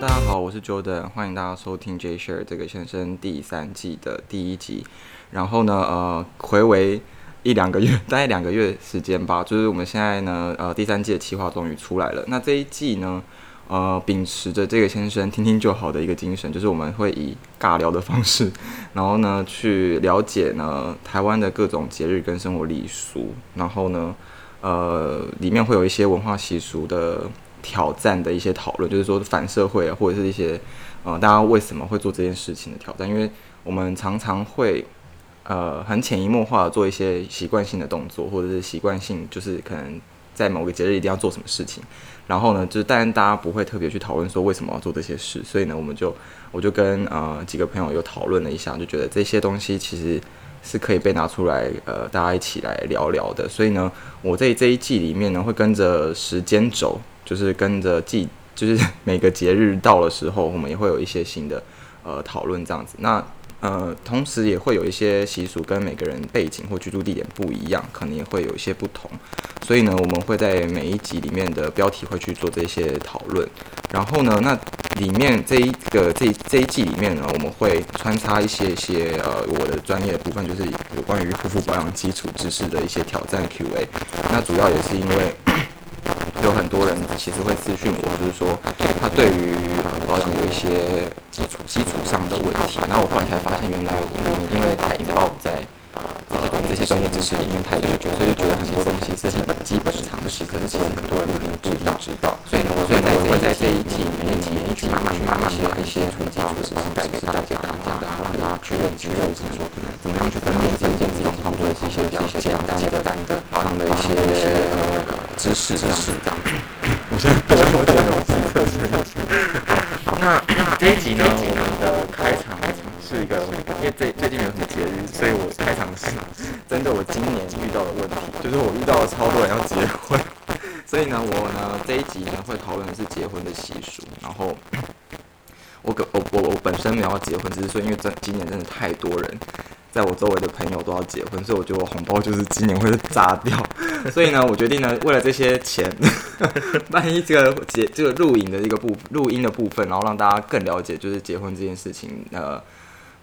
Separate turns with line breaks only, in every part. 大家好，我是 Jordan，欢迎大家收听 J Share 这个先生第三季的第一集。然后呢，呃，回为一两个月，大概两个月时间吧。 就是我们现在呢，呃，第三季的企划终于出来了。那这一季呢，呃，秉持着这个先生听听就好的一个精神，就是我们会以尬聊的方式， 然后呢，去了解呢台湾的各种节日跟生活礼俗，然后呢，呃，里面会有一些文化习俗的挑战的一些讨论，就是说反社会啊，或者是一些呃大家为什么会做这件事情的挑战，因为我们常常会呃很潜移默化的做一些习惯性的动作，或者是习惯性就是可能在某个节日一定要做什么事情，然后呢，就是但大家不会特别去讨论说为什么要做这些事，所以呢，我们就我就跟呃几个朋友有讨论了一下，就觉得这些东西其实。是可以被拿出来，呃，大家一起来聊聊的。所以呢，我在这一季里面呢，会跟着时间轴，就是跟着季， 就是每个节日到的时候，我们也会有一些新的呃讨论这样子。那呃，同时也会有一些习俗跟每个人背景或居住地点不一样，可能也会有一些不同。所以呢，我们会在每一集里面的标题会去做这些讨论。然后呢，那里面这一个这这一季里面呢，我们会穿插一些一些呃我的专业的部分，就是有关于护肤保养基础知识的一些挑战 Q&A。那主要也是因为有很多人其实会咨询我，就是说他对于呃保养有一些基础基础上的问题。然后我后来才发现，原来我们因为太引导在呃这些专业知识里面太久，所以就觉得很多东西是很基本的常识，可是其实很多人并不知道。所以呢，所以呢，我会在这一季里面里面去慢慢慢慢把一些纯基础的知识带给大家，让大家让大家去认知认知说怎么样去分辨这件自己创作的一些比较简单简单的保养的一些呃知识知识这样子。我现在多说点东西，测试一下。那这一集呢，我们的开场是一个，因为最最近没有什么节日，所以我开场是针对我今年遇到的问题，就是我遇到了超多人要结婚，所以呢，我呢这一集呢会讨论的是结婚的习俗，然后。 我个我我我本身没有要结婚，只是说因为真今年真的太多人，在我周围的朋友都要结婚，所以我觉得我红包就是今年会炸掉。所以呢，我决定呢，为了这些钱， 万一这个结这个录影的一个部录音的部分，然后让大家更了解就是结婚这件事情呃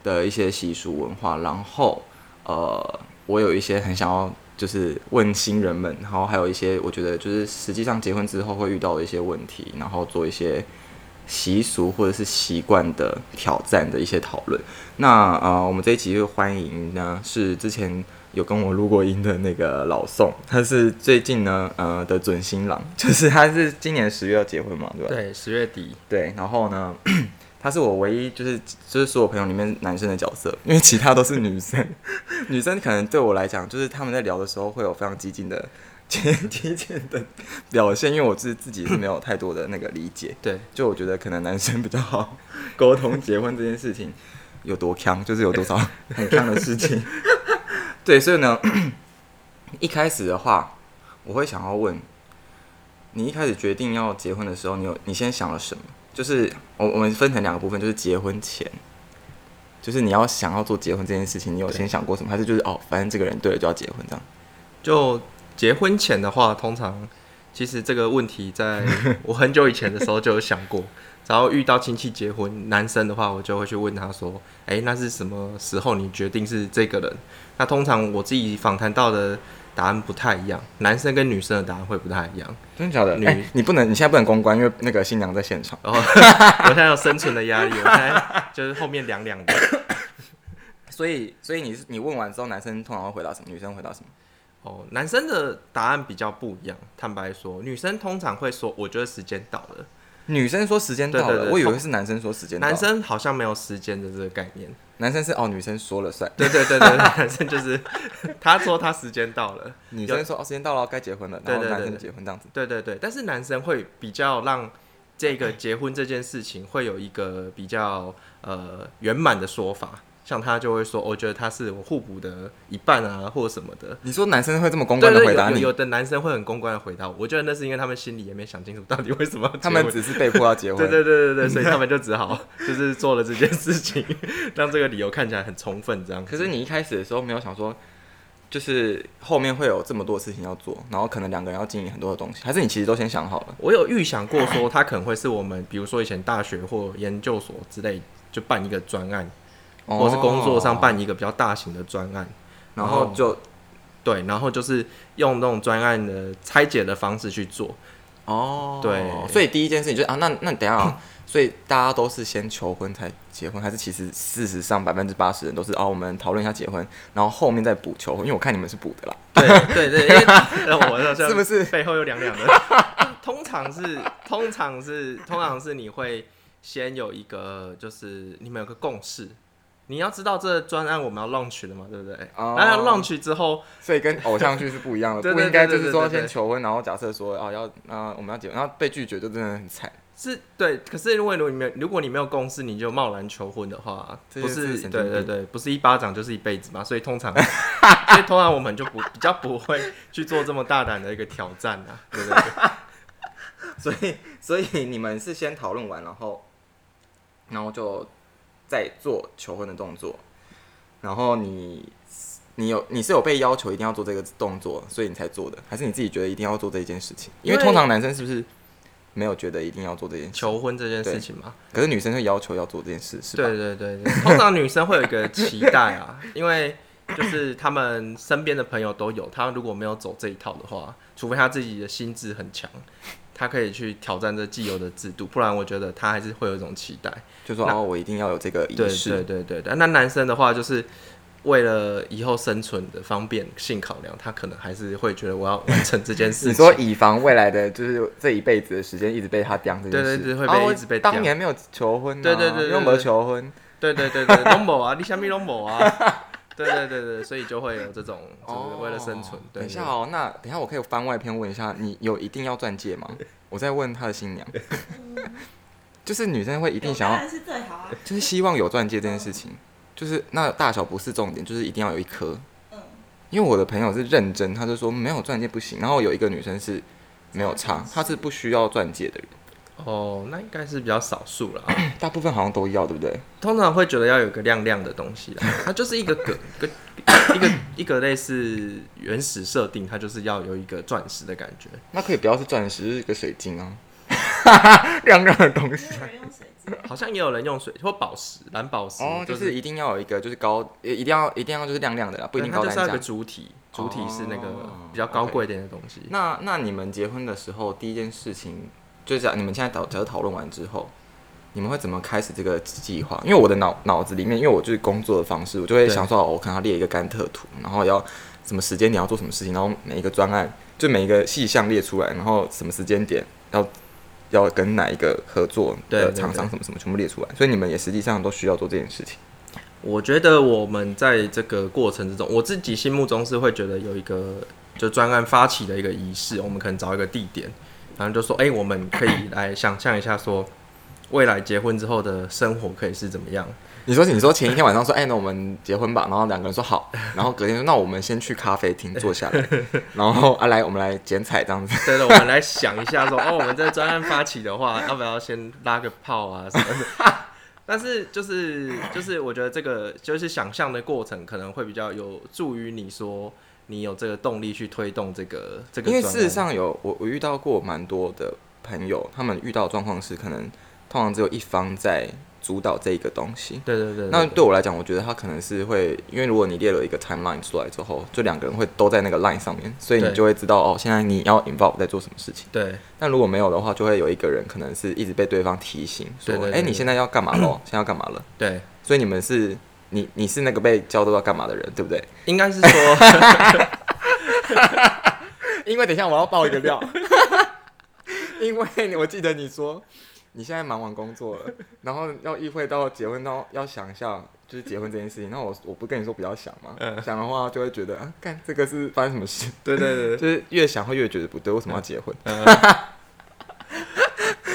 的一些习俗文化，然后呃，我有一些很想要就是问新人们，然后还有一些我觉得就是实际上结婚之后会遇到的一些问题，然后做一些。习俗或者是习惯的挑战的一些讨论。那呃，我们这一集就欢迎呢是之前有跟我录过音的那个老宋，他是最近呢呃的准新郎，就是他是今年十月要结婚嘛，对吧？
对，十月底，
对，然后呢， 他是我唯一就是就是所有朋友里面男生的角色，因为其他都是女生。 女生可能对我来讲，就是他们在聊的时候会有非常激进的、 激激进的表现，因为我自自己是没有太多的那个理解。
对，
就我觉得可能男生比较好 沟通结婚这件事情有多强，就是有多 少很强的事情。对，所以呢， 一开始的话，我会想要问你，一开始决定要结婚的时候，你有你先想了什么？就是我我们分成两个部分，就是结婚前，就是你要想要做结婚这件事情，你有先想过什么？还是就是哦，反正这个人对了就要结婚这样？
就结婚前的话，通常其实这个问题 在我很久以前的时候就有想过。然后遇到亲戚结婚，男生的话，我就会去问他说：“哎，那是什么时候你决定是这个人？”那通常我自己访谈到的答案不太一样，男生跟女生的答案会不太一样。
真的假的？
女
哎你不能，你现在不能公关，因为那个新娘在现场。
然后哦 我现在有生存的压力，我现在就是后面凉凉的。
所以，所以你是你问完之后，男生通常会回答什么？女生回答什么？
哦，男生的答案比较不一样。坦白说，女生通常会说：“我觉得时间到了。”
女生说时间到了，
对对对
我以为是男生说时间到了。
男生好像没有时间的这个概念。
男生是哦，女生说了算，
对对对对，男生就是他说他时间到了，
女生说哦时间到了该结婚了，然
对
后
对对
男生就
对
结婚这样子。
对对对，但是男生会比较让这个结婚这件事情会有一个比较呃圆满的说法，像他就会说，哦我觉得他是我互补的一半啊，或什么的。
你说男生会这么公
对
关的
对，
回答
有有
你？
有的男生会很公关的回答我，我觉得那是因为他们心里也没想清楚到底为什么要
他
结
们
婚
只是被迫要结婚。
对对对对对，所以他们就只 好就是做了这件事情，让这个理由看起来很充分这样子。
可是你一开始的时候没有想说，就是后面会有这么多事情要做，然后可能两个人要经营很多的东西，还是你其实都先想好了？
我有预想过说，他可能会是我们，比如说以前大学或研究所之类，就办一个专案，或者是工作上
哦，
办一个比较大型的专案。
然后就
对，然后就是用那种专案的拆解的方式去做。
哦，
对
所以第一件事情就是啊，那那你等一下 啊，所以大家都是先求婚才结婚，还是其实事实上百分之八十人都是哦，我们讨论一下结婚，然后后面再补求婚，因为我看你们是补的 啦，
对对对，因为 呃我好像
是不是
背后有凉凉的？通常是，通常是，通常是你会先有一个，就是你们有个共识。你要知道这专案我们要 launch 的嘛，对不对？
哦
然后 launch 之后，
所以跟偶像剧是不一样的，
对
不
对
应该就
对对
是说
对对
先求婚，然后假设说啊要啊我们要结婚，然后被拒绝就真的很惨，
是对，可是如果你没有如果你没有共识，你就贸然求婚的话，
这
不
就是
是
神经
对对
病
对，不是一巴掌就是一辈子嘛，所以 通常，所以通常我们就不比较不会去做这么大胆的一个挑战 啊，对对对，
所以所以你们是先讨论完，然后然后就再做求婚的动作，然后你你有你是有被要求一定要做这个动作，所以你才做的，还是你自己觉得一定要做这一件事情？因为
因为
通常男生是不是没有觉得一定要做这件事，
求婚这件事情嘛，
可是女生会要求要做这件事，是吧？
对对对对，通常女生会有一个期待啊，因为就是他们身边的朋友都有，她如果没有走这一套的话，除非她自己的心智很强，她可以去挑战这既有的制度，不然我觉得她还是会有一种期待。
就说
那
哦，我一定要有这个仪
对
式。
对对对对，那男生的话就是。为了以后生存的方便性考量，他可能还是会觉得我要完成这件事
你
情
说。以防未来的就是这一辈子的时间一直被他刁这件
对
事，
对对会被
啊我
一直被刁
当年没有求婚、啊，
对对对对对
又没有求婚，
对对对对，拢某啊，你虾米拢某啊，对对对对，所以就会有这种，就是为了生存
哦。
对
等一
对
下哦，那等一下我可以番外篇问一下，你有一定要钻戒 吗？我在问他的新娘，就是女生会一
一
定想要，
嗯然是最好啊，
就是希望有钻戒这件事情，就是那大小不是重点，就是一定要有一颗。
嗯，
因为我的朋友是认真，他就说没有钻戒不行。然后有一个女生是没有差，她是不需要钻戒的人，
哦，那应该是比较少数啦。
大部分好像都要，对不对？
通常会觉得要有个亮亮的东西啦，它就是一个梗，个一个一个类似原始设定，它就是要有一个钻石的感觉。
那可以不要是钻石，就是一个水晶啊， 亮亮的东西。
没有人用
啊
水晶，
好像也有人用水或宝石、蓝宝石，
哦，就
就是
一定要有一个，就是高，一一定要一定要就是亮亮的啦，不一定
对
高
它就
单
是要有
价
个。主体，主体是那个
哦
比较高贵一点的东西。
那那你们结婚的时候，第一件事情，就讲你们现在讨假如讨论完之后，你们会怎么开始这个计划？因为我的脑脑子里面，因为我就是工作的方式，我就会
对
想说，哦，我可能要列一个甘特图，然后要什么时间你要做什么事情，然后每一个专案就每一个细项列出来，然后什么时间点要要跟哪一个合作
对
的
对
厂商
对
什么什么全部列出来，所以你们也实际上都需要做这件事情。
我觉得我们在这个过程之中，我自己心目中是会觉得有一个就专案发起的一个仪式，我们可能找一个地点，然后就说，哎、我们可以来想象一下说。未来结婚之后的生活可以是怎么样？
你说，你说前一天晚上说，哎、那我们结婚吧，然后两个人说 好，然后隔天说，那我们先去咖啡厅坐下来，然后啊来，我们来剪彩这样子，
对的，我们来想一下说， 哦，我们这专案发起的话，要不要先拉个炮啊什么的？ 但是就是就是，我觉得这个就是想象的过程，可能会比较有助于你说你有这个动力去推动这个这个
因
专案。
为事实上有我我遇到过蛮多的朋友，他们遇到的状况是，可能通常只有一方在主导这一个东西。
对，对对对，
那对我来讲，我觉得他可能是会，因为如果你列了一个 timeline 出来之后，就两个人会都在那个 line 上面，所以你
对
就会知道哦，现在你要 involve 在做什么事情。
对
但如果没有的话，就会有一个人可能是一直被对方提醒说
对对，对
哎、你
对
现在要干嘛 咯？现在要干嘛了？
对，
所以你们是你你是那个被教都要干嘛的人，对不对？
应 该是说，
因为等一下我要爆一个 料，因为我记得你说你现在忙完工作 了，然后要意会到结婚到要想一下就是结婚这件事情，那我我不跟你说不要想吗？
嗯
想的话就会觉得啊，干这个是发生什么事，
对对
就，是越想会越觉得不对，为什么要结婚？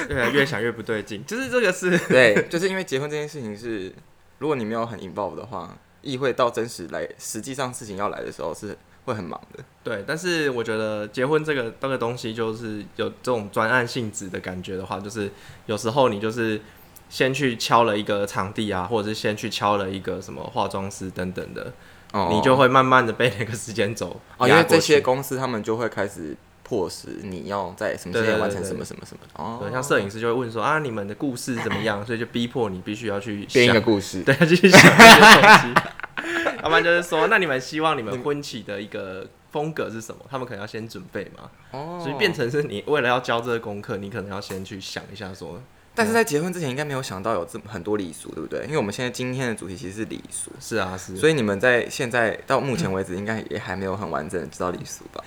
越越想越不对劲，就是这个是，
对，就是因为结婚这件事情是，如果你没有很 involve 的话，意会到真实来，实际上事情要来的时候是会很忙的。
对，但是我觉得结婚这个这个东西，就是有这种专案性质的感觉的话，就是有时候你就是先去敲了一个场地啊，或者是先去敲了一个什么化妆师等等的，
哦
你就会慢慢的被那个时间轴
哦，因
压
为
过
这些
去
公司他们就会开始迫使你要在什么时
对对
间
对
完成
对
什么什么什么的
对，
哦，
像摄影师就会问说啊，你们的故事怎么样？所以就逼迫你必须要去
编一
想
个故事，
对，就是想这些东西。要不然就是说，那你们希望你
嗯
们婚期的一个风格是什么？他们可能要先准备嘛，
哦，
所以变成是你为了要交这个功课，你可能要先去想一下说，
但是在结婚之前应该没有想到有这么很多礼俗，对不对？因为我们现在今天的主题其实是礼俗，
是啊，是，
所以你们在现在到目前为止应该也还没有很完整的知道礼俗吧？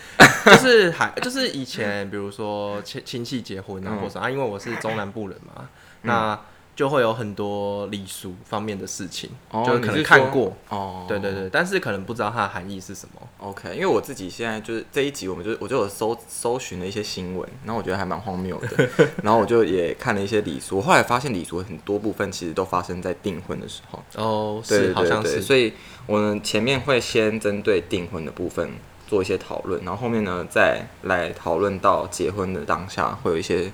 就是还就是以前，比如说亲亲戚结婚啊，
嗯
或者啊，因为我是中南部人嘛，那就会有很多礼俗方面的事情，
哦
就是可能看过，
哦，
对对对，但是可能不知道它的含义是什么。
OK，因为我自己现在就是这一集，我们就我就有搜搜寻了一些新闻，然后我觉得还蛮荒谬的，然后我就也看了一些礼俗，后来发现礼俗很多部分其实都发生在订婚的时候，
哦，
对对
是，好像
对
是，
所以我们前面会先针对订婚的部分做一些讨论，然后后面呢再来讨论到结婚的当下会有一些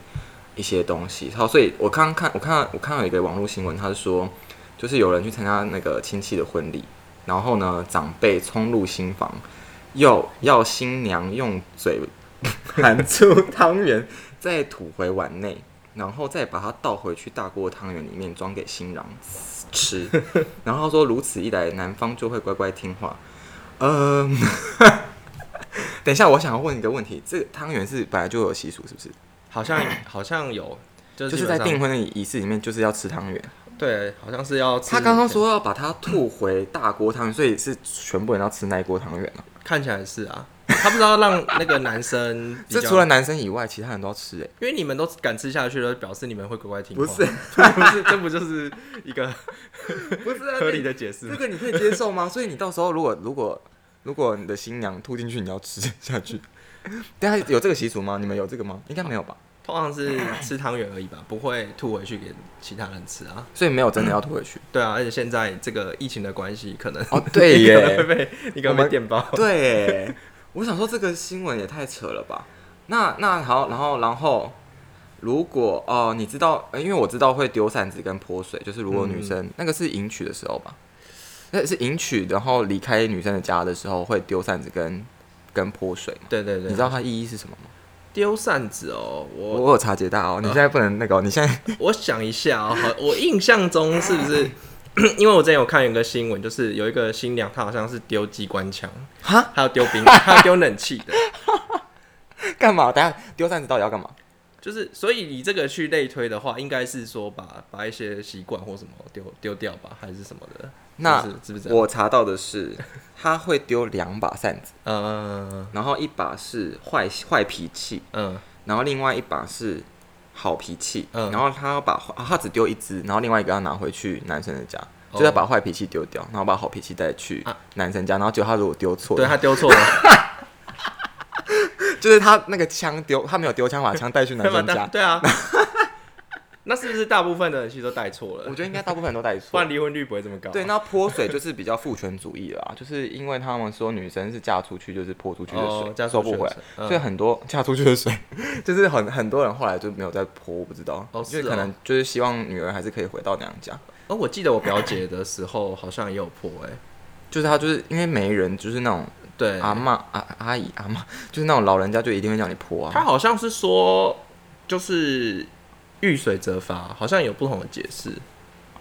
一些东西。好，所以我刚刚看我看到我看到有一个网络新闻，他是说就是有人去参加那个亲戚的婚礼，然后呢长辈冲入新房，要要新娘用嘴含出汤圆， 再吐回碗内。然后再把它倒回去大锅汤圆里面装给新郎吃，然后他说如此一来，男方就会乖乖听话。嗯， 等一下，我想要问一个问题，这个汤圆是本来就有习俗，是不是？
好像好像有，就
就是
基
在
本上
订婚的仪式里面，就是要吃汤圆。
对，好像是要吃
他刚刚说要把它吐回大锅汤圆，所以是全部人要吃那一锅汤圆啊。
看起来是啊，他不知道让那个男生比
这
较，
除了男生以外，其他人都要吃哎、
因为你们都敢吃下去了，表示你们会乖乖听话。
不 是
不是，这不就是一 个
不是啊
合理的解释
这
吗？
个你可以接受吗？所以你到时候如果如果如果你的新娘吐进去，你要吃下 去。大家有这个习俗吗？你们有这个吗？应该没有吧。
通常是吃汤圆而已吧，不会吐回去给其他人吃啊。
所以没有真的要吐回去。
对啊，而且现在这个疫情的关系，可能
哦， 对
你可能会
耶，
被你可
我
能
们
会被电爆。
对，我想说这个新闻也太扯了吧。那那好，然后然后，如果哦、你知道、呃因为我知道会丢扇子跟泼水，就是如果
嗯
女生、那个是迎娶的时候吧，那是迎娶，然后离开女生的家的时候会丢扇子跟跟泼水嘛。
对对对，啊
你知道它意义是什么吗？
丢扇子哦，
我
我
我有察觉到哦，你现在不能那个、哦，你现在
我想一下哦，好我印象中是不是？ 因为我之前有看有一个新闻，就是有一个新娘，她好像是丢机关枪，
哈
还有丢冰，还有丢冷气的，
干嘛？等一下丢扇子到底要干嘛？
就是所以你这个去类推的话，应该是说把把一些习惯或什么丢丢掉吧，还是什么的？
那
是不是是不是这样？
我查到的是，他会丢两把扇子。
嗯
然后一把是坏坏脾气，
嗯
然后另外一把是好脾气。
嗯
然后他要把、啊他只丢一只，然后另外一个要拿回去男生的家，就是要把坏脾气丢掉，然后把好脾气带去
哦啊
男生家。然后结果他如果丢错，
对他丢错了，
就是他那个枪丢，他没有丢枪，把枪带去男
对 吧
生家。
对啊，那是不是大部分的人其实都带错
我
了？
觉得应该大部分人都带
不
错啊
然。离婚率不会这么高。
对，那泼水就是比较父权主义啦，就是因为他们说女生是嫁出去就是泼出去的水，
哦，加
收
收
不回来，
嗯
所以很多嫁出去的水， 就是很很多人后来就没有再泼，我不知道，
哦
因为
是哦
可能就是希望女儿还是可以回到娘家，
哦，我记得我表姐的时候好像也有破哎、
就是她就是因为没人，就是那种
对，
阿嬷阿阿姨阿嬷， 就是那种老人家就一定会叫你泼
她
啊，
好像是说就是遇水则发，好像有不同的解释。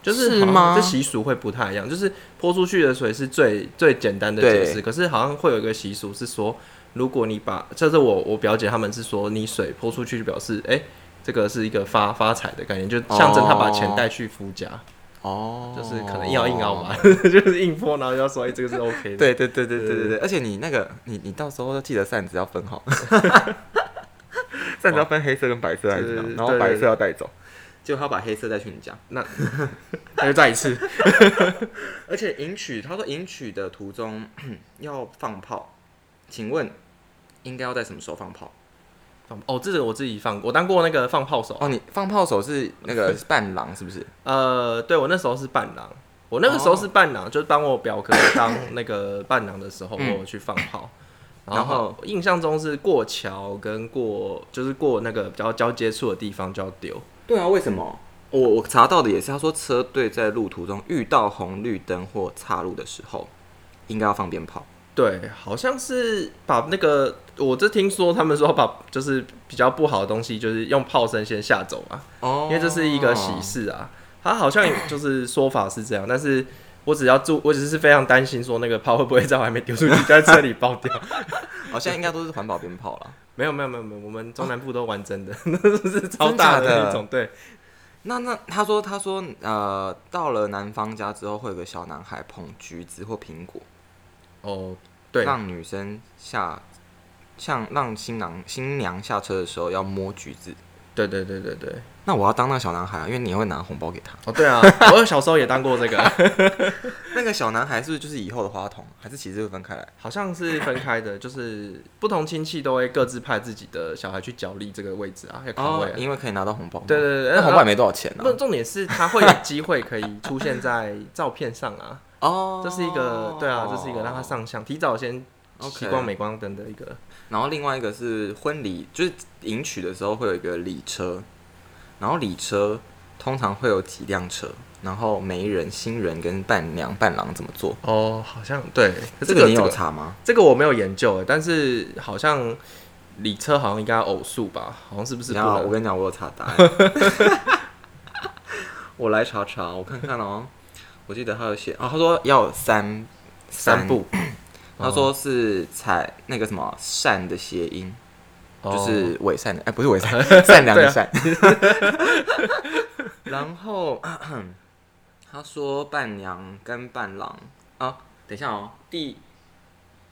就是
是
好像
吗
这习俗会不太一样，就是泼出去的水是最最简单的解释，
对
可是好像会有一个习俗是说，如果你把，就是我我表姐他们是说，你水泼出去就表示，哎、这个是一个发发财的概念，就象征他把钱带去夫家，
哦，
就是可能硬要硬要吧，， 就是硬泼，然后就要说，哎、这个是 OK 的。
对对对对对
对
对
对
对，而且你那个你你到时候记得扇子要分 好，扇子要分黑色跟白色还是什么，
对对对
然后白色要带走，就他把黑色带去你家。
那就再一次，
而且迎娶，他说迎娶的途中 要放炮，请问应该要在什么时候放炮？
放哦，这个我自己放，我当过那个放炮手。
哦，你放炮手是那个伴郎是不是？
呃，对我那时候是伴郎，我那个时候是伴郎，就是帮我表哥当那个伴郎的时候，
嗯
我有去放炮。
然
然
后
后印象中是过桥跟过，就是过那个比较交接处的地方就要丢。
对啊，为什么？我我查到的也是，他说车队在路途中遇到红绿灯或岔路的时候，应该要放鞭炮。
对，好像是把那个，我这听说他们说把就是比较不好的东西，就是用炮声先吓走啊，
哦
因为这是一个喜。事啊。他好像就是说法是这样，但是我只要注，我只是非常担心说那个炮会不会在我还没丢出去，就在车里爆掉。
哦，现在应该都是环保鞭炮了。
没有没有没有没有，我们中南部都玩 真的，那都是超大
真假的
那种。对，
那那他说他说呃，到了男方家之后，会有个小男孩捧橘子或苹果，
哦对，
让女生下，像让新郎新娘下车的时候要摸橘子。
对对对对对，
那我要当那小男孩啊，因为你会拿红包给他。
哦 对啊，我小时候也当过这个，
那个小男孩是不是就是以后的花童，还是其实会分开来？
好像是分开的，就是不同亲戚都会各自派自己的小孩去角力这个位置啊，要卡位、啊。
哦因为可以拿到红包嘛。
对对 对，
那红包也
没。
没多少钱呢、
哦
啊
不，重点是他会有机会可以出现在照片上啊，
哦
这是一个对啊，这是一个让他。上相，提早先
OK
吸光美光灯的一个
然后另外一个是婚礼，就是迎娶的时候会有一个礼车，然后礼车通常会有几辆车，然后媒人、新人跟伴娘、伴郎怎么做？
哦，好像对
这
这
个
个
你有
这个
查吗？
这个我没有研究，欸但是好像礼车好像应该要偶数吧，好像是不是不
然后我
能？
跟你讲，我有查答案。 我来查查，我看看哦。我记得他有写啊、哦，他说要有三
三步，
他说是采那个什么善的谐音，
哦
就是伪善的，哎、不是伪 善，善良的善。啊然后 咳咳他说伴娘跟伴郎啊，等一下哦，第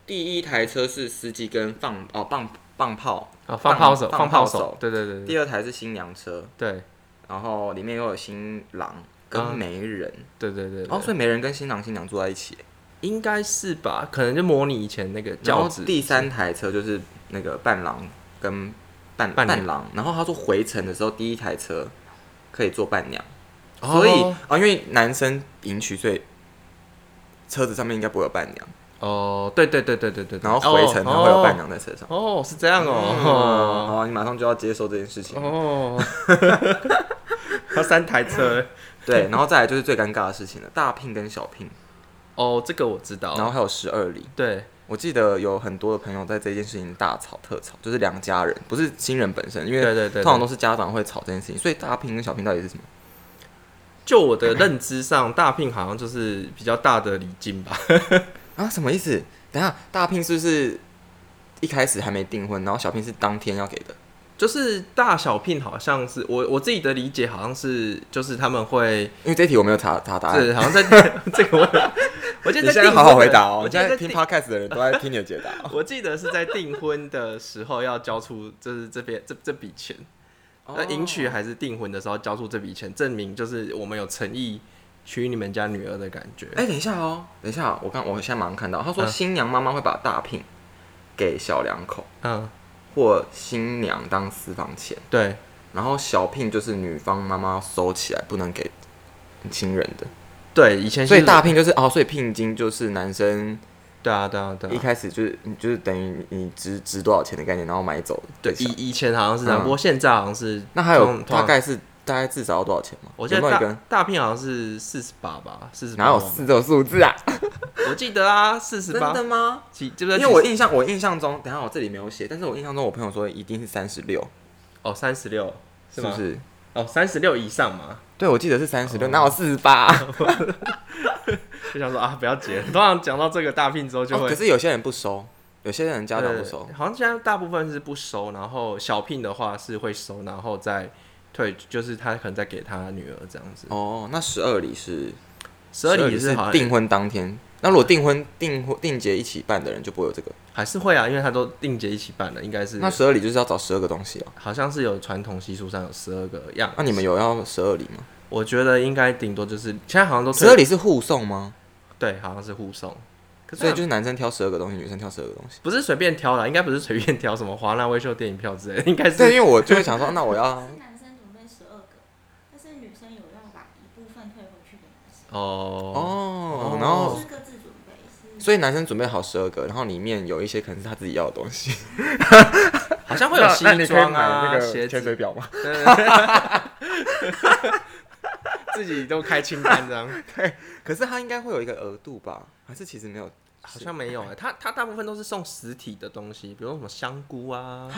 第一台车是司机跟放哦棒棒炮，
啊放炮手，
放
放
炮
炮
手
手，对对对对
第二台是新娘车，
对
然后里面又有新郎跟
啊
媒人，
对对对，对
哦，所以媒人跟新郎新娘坐在一起。啊
应该是吧，可能就模拟以前那个
然
轿
后
子。
第三台车就是那个伴郎跟伴
伴娘
伴郎，然后他说回程的时候第一台车可以坐伴娘，
哦
所以啊、因为男生迎娶，所以车子上面应该不会有伴娘，
哦，对对对对对对，对
然后回程他会有伴。
哦
娘在车上。
哦，是这样
哦，
哦。
好，你马上就要接受这件事情。
哦，他三台车。
对，然后再来就是最尴尬的事情了，大聘跟小聘，
哦，这个我知
然后
道。
还有十二礼。
对，
我记得有很多的朋友在这件事情大吵特吵，就是两家人，不是新人本身，因为
对对对对
通常都是家长会吵这件事情，所以大聘跟小聘到底是什么？
就我的认知上，大聘好像就是比较大的礼金吧。
啊，什么意思？等一下，大聘是不是一开始还没订婚，然后小聘是当天要给的？
就是大小聘好像是我我自己的理解，好像是就是他们会
因为这题我没有查查答案。
是好像在 这个我我记
你
得
现
在
在
订
好好
婚
回
的
答哦！
我
我
记
现
得
在
在
听
订
podcast 的人都在听你的解 答。哦
我记得是在订婚的时候要交出，就是这边这这笔钱，
哦
那、迎娶还是订婚的时候交出这笔钱，证明就是我们有诚意娶你们家女儿的感觉。
哎、等一下哦，等一下，我刚我现在马上看到，他说
嗯
新娘妈妈会把大聘给小两口
嗯，
或新娘当私房钱，
对，
然后小聘就是女方妈妈收起来，不能给亲人的。
对，以前是
所以大聘就是哦，所以聘金就是男生
对啊，对啊，对
一
啊，
开始就是你就是等于你值值多少钱的概念，然后买走
对，
小
以以前好像是这样，
嗯
不过现在好像是
那还有
通通
大
常
概是大概至少要多少钱吗？
我记
有
得
没有一
大
个
大聘好像是四十八吧，四十八
哪有四这种数字啊？
我记得啊，四十八
吗？
几，嗯对不对？
因为我印象我印象中，等一下我这里没有写，但是我印象中我朋友说一定是三十六，
哦三十六
是
吗？
不是？
哦三十六以上嘛，
对，我记得是三十六，哪有四十八？
就想说啊不要结。 通常讲到这个大聘之后 就
哦
会
可是有些人不收，有些人家长不收
对。好像现在大部分是不收，然后小聘的话是会收，然后再退，就是他可能再给他女儿这样子。
哦，那十二礼是
十二
12
礼
是
好像
订婚当天。那如果订婚订婚订结一起办的人就不会有这个。
还是会啊，因为他都定节一起办了，应该是
那十二礼就是要找十二个东西哦。
好像是有传统习俗上有十二个样。
那你们有要十二礼吗？
我觉得应该顶多就是现在好像都
十二
退
礼是互送吗？
对，好像是互送，可是啊
所以就是男生挑十二个东西，女生挑十二个 东西。
不是随便挑啦，应该不是随便挑什么华纳威秀电影票 之类的，应该
对，
是
因为我就会想说，那我要
哦
是男生准备十二个，但是女生有要把一部分退回去给男生，
哦
哦
哦，
然后
不是各自准备，是
所以男生准备好十二个，然后里面有一些可能是他自己要的东西，
好像会有西装啊、鞋子，
表 吗？
对对对自己都开清单这样。
可是他应该会有一个额度吧？还是其实没有？
好像没有哎、他他大部分都是送实体的东西，比如说什么香菇啊，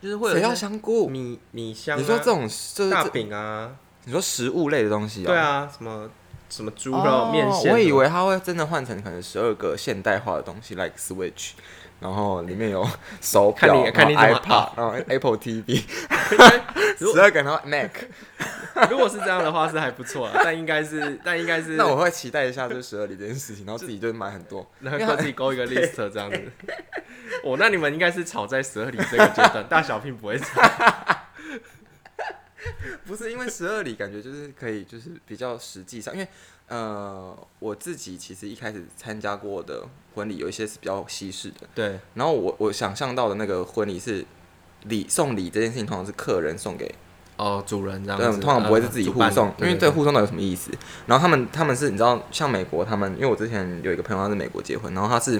就是会有
谁
一些
要香菇？
米米香、啊，
你说这种就是
大
这
饼啊，
你说食物类的东西、哦？
对，啊，什么什么猪肉、
哦
面线，
我以为它会真的换成可能十二个现代化的东西，like Switch，然后里面有 手表，
看你看你怎
然
么
后 iPad，然后 Apple TV，
如
十二个，然后 Mac。
如果是这样的话是还不错啊，但应该是但应该是
那我会期待一下就是十二里这件事情，然后自己就买很多。
然后自己勾 一个 list 这样子。哦，那你们应该是吵在十二里这个阶 段，大小并不会吵。
不是因为十二里感觉就是可以，就是比较实际上，因为呃，我自己其实一开始参加过的婚礼有一些是比较西式的，
对，
然后我我想象到的那个婚礼是礼送礼这件事情，通常是客人送给，
哦，主人这样
对，
子，
通常不会是自己
呃
互送，因为这，
主办
互送到底有什么意思？然后他们他们是你知道，像美国他们，因为我之前有一个朋友他是美国结婚，然后他是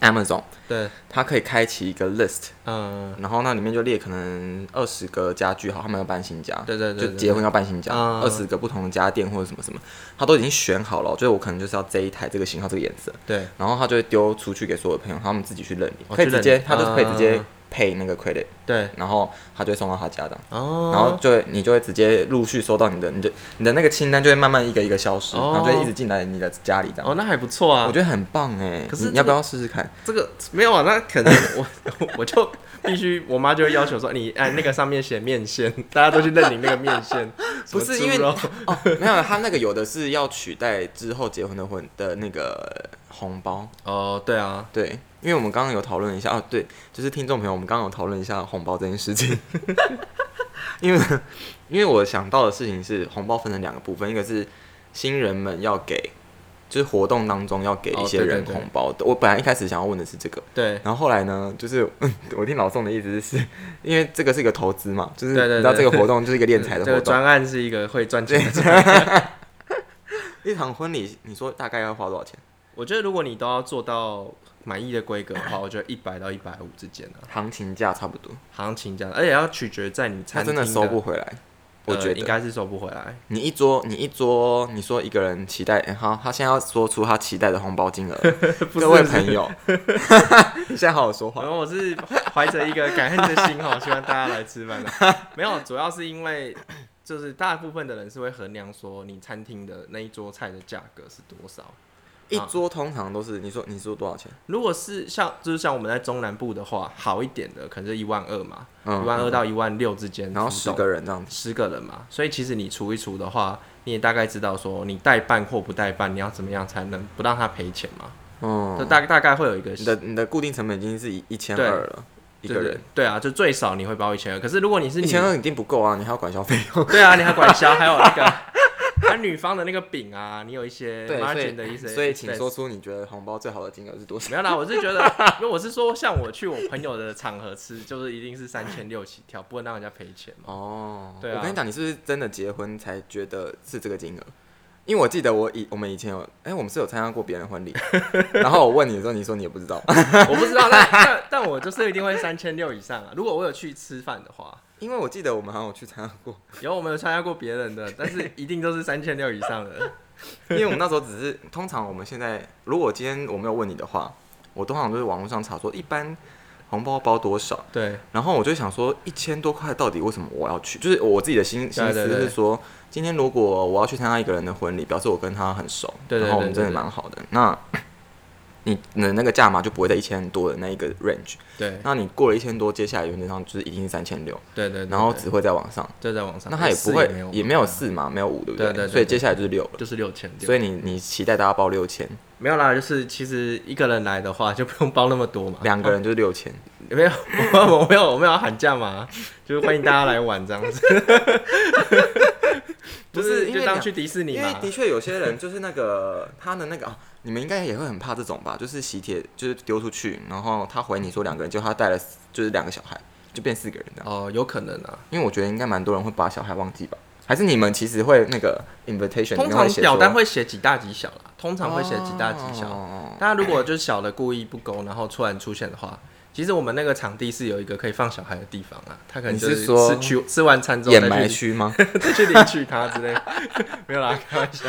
Amazon，
对对对，
他可以开启一个 list，
嗯，
然后那里面就列可能二十个家具，好，他们要搬新家，
对对对，
就结婚要搬新家，
啊
二十、个不同的家电或者什么什么，他都已经选好了，就是我可能就是要这一台这个型号这个颜色，
对，
然后他就会丢出去给所有朋友，他们自己去认领，
哦
可以
去认
直接，
领
他就是可以直接
啊
配那个 credit，、
对对，
然后他就会送到他家的，
哦，
然后就会你就会直接陆续收到你的，你就你的那个清单就会慢慢一个一个消失，
哦
然后就会一直进来你的家里这样。
哦，那还不错啊，
我觉得很棒哎，
可是
你要
这个
不要试试看？
这个没有啊，那可能我 我就必须，我妈就会要求说你哎那个上面写面线， 大家都去认领那个面线，
不是
什么猪
因为
肉
哦，没有，他那个有的是要取代之后结婚的婚的那个红包，
哦对啊，
对，因为我们刚刚有讨论一下哦，对，就是听众朋友，我们刚刚有讨论一下红包这件事情， 因为因为我想到的事情是，红包分成两个部分，一个是新人们要给，就是活动当中要给
哦
一些
对对
人
对
红包的。我本来一开始想要问的是这个，
对
然后后来呢，就是、 嗯我听老宋的意思是，因为这个是一个投资嘛，就是
对对对
你知道这个活动就是一个敛财的
这个
活动，
专案是一个会赚钱的专案
一场婚礼，你说大概要花多少钱？
我觉得如果你都要做到满意的规格的话，我觉得一百到一百五之间啊，
行情价差不多，
行情这样，而且要取决在你
他
餐厅
真的收不回来，我
呃
觉得、
应该是收不回来。
你一桌，你一桌，你说一个人期待，欸、好，他现在要说出他期待的红包金 额，各位朋友，你现在好好说
然
话。
后我是怀着一个感恩的心哈， 希望大家来吃饭的。 没有，主要是因为就是大部分的人是会衡量说你餐厅的那一桌菜的价格是多少。
一桌通常都是你说你说多少钱？
如果是像就是像我们在中南部的话，好一点的可能是一万二嘛，一
嗯，
万二到一万六之间浮
然
动，
后十个人这样子，
十个人嘛，所以其实你除一除的话，你也大概知道说你代办或不代办，你要怎么样才能不让他赔钱嘛？就
嗯，
大大概会有一个
你的你的固定成本已经是一一千
对
二了，一个人，
对啊，就最少你会包一千二。可是如果你是
一
女，
千二一定不够啊，你还要管消费用。
对啊，你还管销，还有那个 还有女方的那个饼啊，你有一些
对，所
margin 的一
以
些，
所以请说。出你觉得红包最好的金额是多少？
没有啦，我是觉得，因为我是说，像我去我朋友的场合吃，就是一定是三千六起跳，不能让人家赔 钱嘛。
哦，
对啊
我跟你讲，你是不是真的结婚才觉得是这个金额？因为我记得我以我们以前有，哎、我们是有参加过别人婚 礼，然后我问你的时候，你说你也不知道，
我不知道，但但但我就是一定会三千六以上啊。如果我有去吃饭的话，
因为我记得我们好像有去参加过，
有我们有参加过别人的，但是一定都是三千六以 上的。
因为我们那时候只是通常我们现在，如果今天我没有问你的话，我通常都是网络上查说一般红包包多少，
对，
然后我就想说一千多块到底为什么我要去？就是我自己的心心
对对
思
对
是说，今天如果我要去参加一个人的婚礼，表示我跟他很熟，
对对对
然后我们真的
对对
蛮好的。那你你的那个价码就不会在一千多的那一个 range，
对，
那你过了一千多，接下来原则上就是一定是三千六，
对对，
然后只会再往上，
就在网上，
那他也不
四
会
没有
也没有，四嘛，没有五，对不
对对对
所以
对
接下来就是六了。
就是六千。
所
以
以你你期待大家报六千，
没有啦，就是其实一个人来的话就不用包那么多嘛。
两个人就是六千，
没有，我我没有我没有要喊价嘛， 就是欢迎大家来玩这样 子。
不
就是是
因为
就
两
当去迪士尼
因为
嘛
的。确有些人就是那个他的那个、哦，你们应该也会很怕这种吧？就是喜帖就是丢出去，然后他回你说两个人，就他带了就是两个小孩，就变四个人这样。
哦，有可能啊。
因为我觉得应该蛮多人会把小孩忘记吧？还是你们其实会那个 invitation
通
里面会
常
写
表
说
单会写几大几小啦，通常会写几大几小。
哦
大家如果就是小的故意不勾，然后突然出现的话，其实我们那个场地是有一个可以放小孩的地方啊，他可能就
你是
是
说
吃去吃完餐之后
掩埋
再去
区吗？
再去领取他之类，没有啦，开玩笑。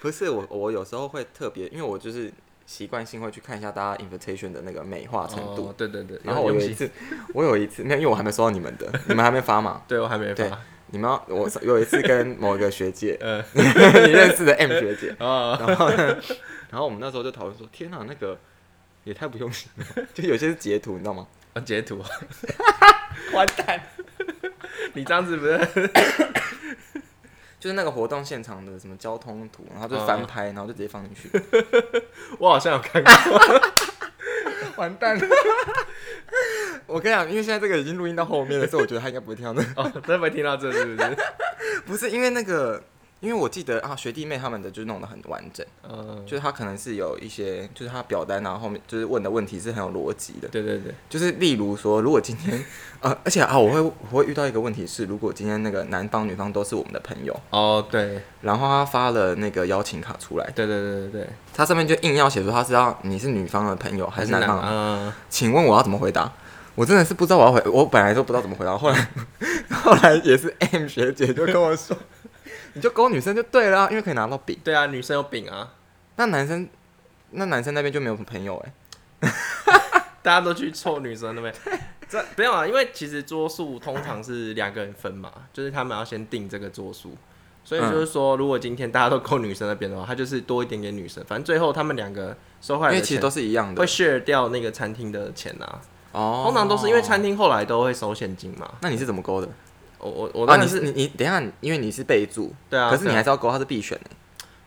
不是我，我有时候会特别，因为我就是习惯性会去看一下大家 invitation 的那个美化程度。
哦对对对，
然后我有
用
一
心，
次，我有一次，没有，因为我还没收到你们的，你们还没发嘛？
对我还没
对
发，
你们要我有一次跟某一个学 姐，
呃，
你认识的 M 学姐，
啊，
然后呢，然后我们那时候就讨论说，天哪，那个也太不用心了，就有些是截图，你知道吗？
我截图，
完蛋，
你这样子不是？
就是那个活动现场的什么交通图，然后就
哦
翻拍，然后就直接放进去，
我好像有看过，
完蛋了。 我跟你讲，因为现在这个已经录音到后面了，所以我觉得他应该不会听到那个。
哦，真没听到这是不是？
不是因为那个，因为我记得啊，学弟妹他们的就弄得很完整，
嗯，
就是他可能是有一些，就是他表单，然后后面就是问的问题是很有逻辑的。
对对对，
就是例如说，如果今天，呃，而且啊，我会我会遇到一个问题是，如果今天那个男方女方都是我们的朋友，
哦，对
然后他发了那个邀请卡出来，
对对对对对，
他上面就硬要写说他是要你是女方的朋友还是男方的朋友，
嗯，
请问我要怎么回答？我真的是不知道我要回，我本来都不知道怎么回答，后来 后来也是 M 学姐就跟我说， 你就勾女生就对了啊、因为可以拿到饼。
对啊，女生有饼啊，
那男生那男生那边就没有朋友哎、
大家都去凑女生 那边。这没有啊，因为其实桌数通常是两个人分嘛，就是他们要先定这个桌数，所以就是说，如果今天大家都扣女生那边的话，他就是多一点给女生，反正最后他们两个收回来
因
的
为其实
钱
都是一样的
会 share 掉那个餐厅的钱啊。
哦
通常都是因为餐。厅后来都会收现金嘛。
那你是怎么勾的？
我我我
啊，
当然
你
是、
是你你等一下，因为你是备注，
对啊，
可是你
对啊
还是要勾，他是必选的。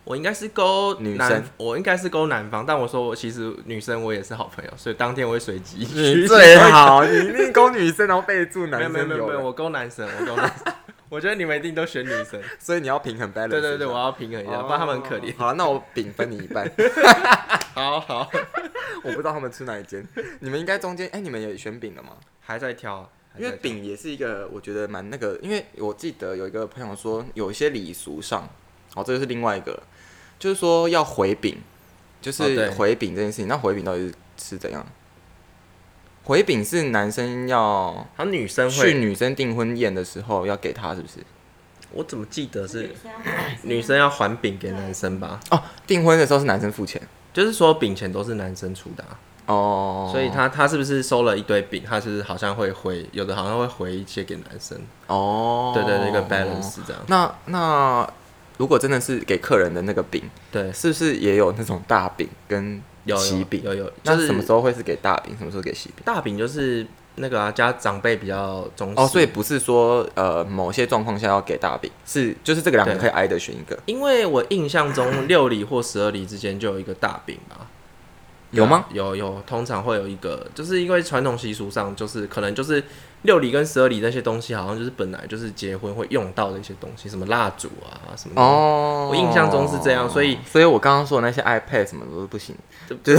我应该是勾
女
男
生，
我应该是勾男方，但我说我其实女生我也是好朋友，所以当天我会随机
你 最 好，你一定勾女生，然后备注男
没有
生
没有没有没有，
有，
我勾男生，我勾男生。我觉得你们一定都选女 生，
所以你要平衡 balance。
对对对，我要平衡一下，不然他们很可怜
哦。好，那我饼分你一半，
好好，
我不知道他们吃哪一间，你们应该中间，哎，你们也选饼了吗？
还在挑啊，还
因为
在挑
饼也是一个，我觉得蛮那个，因为我记得有一个朋友说，有一些礼俗上，哦，这就是另外一个，就是说要回饼，就
哦
是
对
回饼这件事情。那回饼到底是是怎样？回饼是男生要
好像女生
去
会，
女生订婚宴的时候要给她，是不是？
我怎么记得是
女生要还
女生要还饼给男生吧？
哦，订婚的时候是男生付钱
就是说饼钱都是男生出的啊，
哦，
所以他他是不是收了一堆饼，他是不是好像会回，有的好像会回一些给男生，
哦，
对对对，一个 balance 这样，
那那如果真的是给客人的那个饼，
对，
是不是也有那种大饼跟
有
喜
有
饼？
有有，
那
就是是
什么时候会是给大饼，什么时候给喜饼？
大饼就是那个啊，家长辈比较重视
哦，所以不是说呃某些状况下要给大饼，是就是这个两个
对
可以挨着选一个，
因为我印象中六里或十二里之间就有一个大饼吧。
有吗？
有有，通常会有一个，就是因为传统习俗上，就是可能就是六里跟十二里那些东西，好像就是本来就是结婚会用到的一些东西，什么蜡烛啊什么的。，
哦，
我印象中是这样所以
所以我刚刚说的那些 iPad 什么的都不 行
对，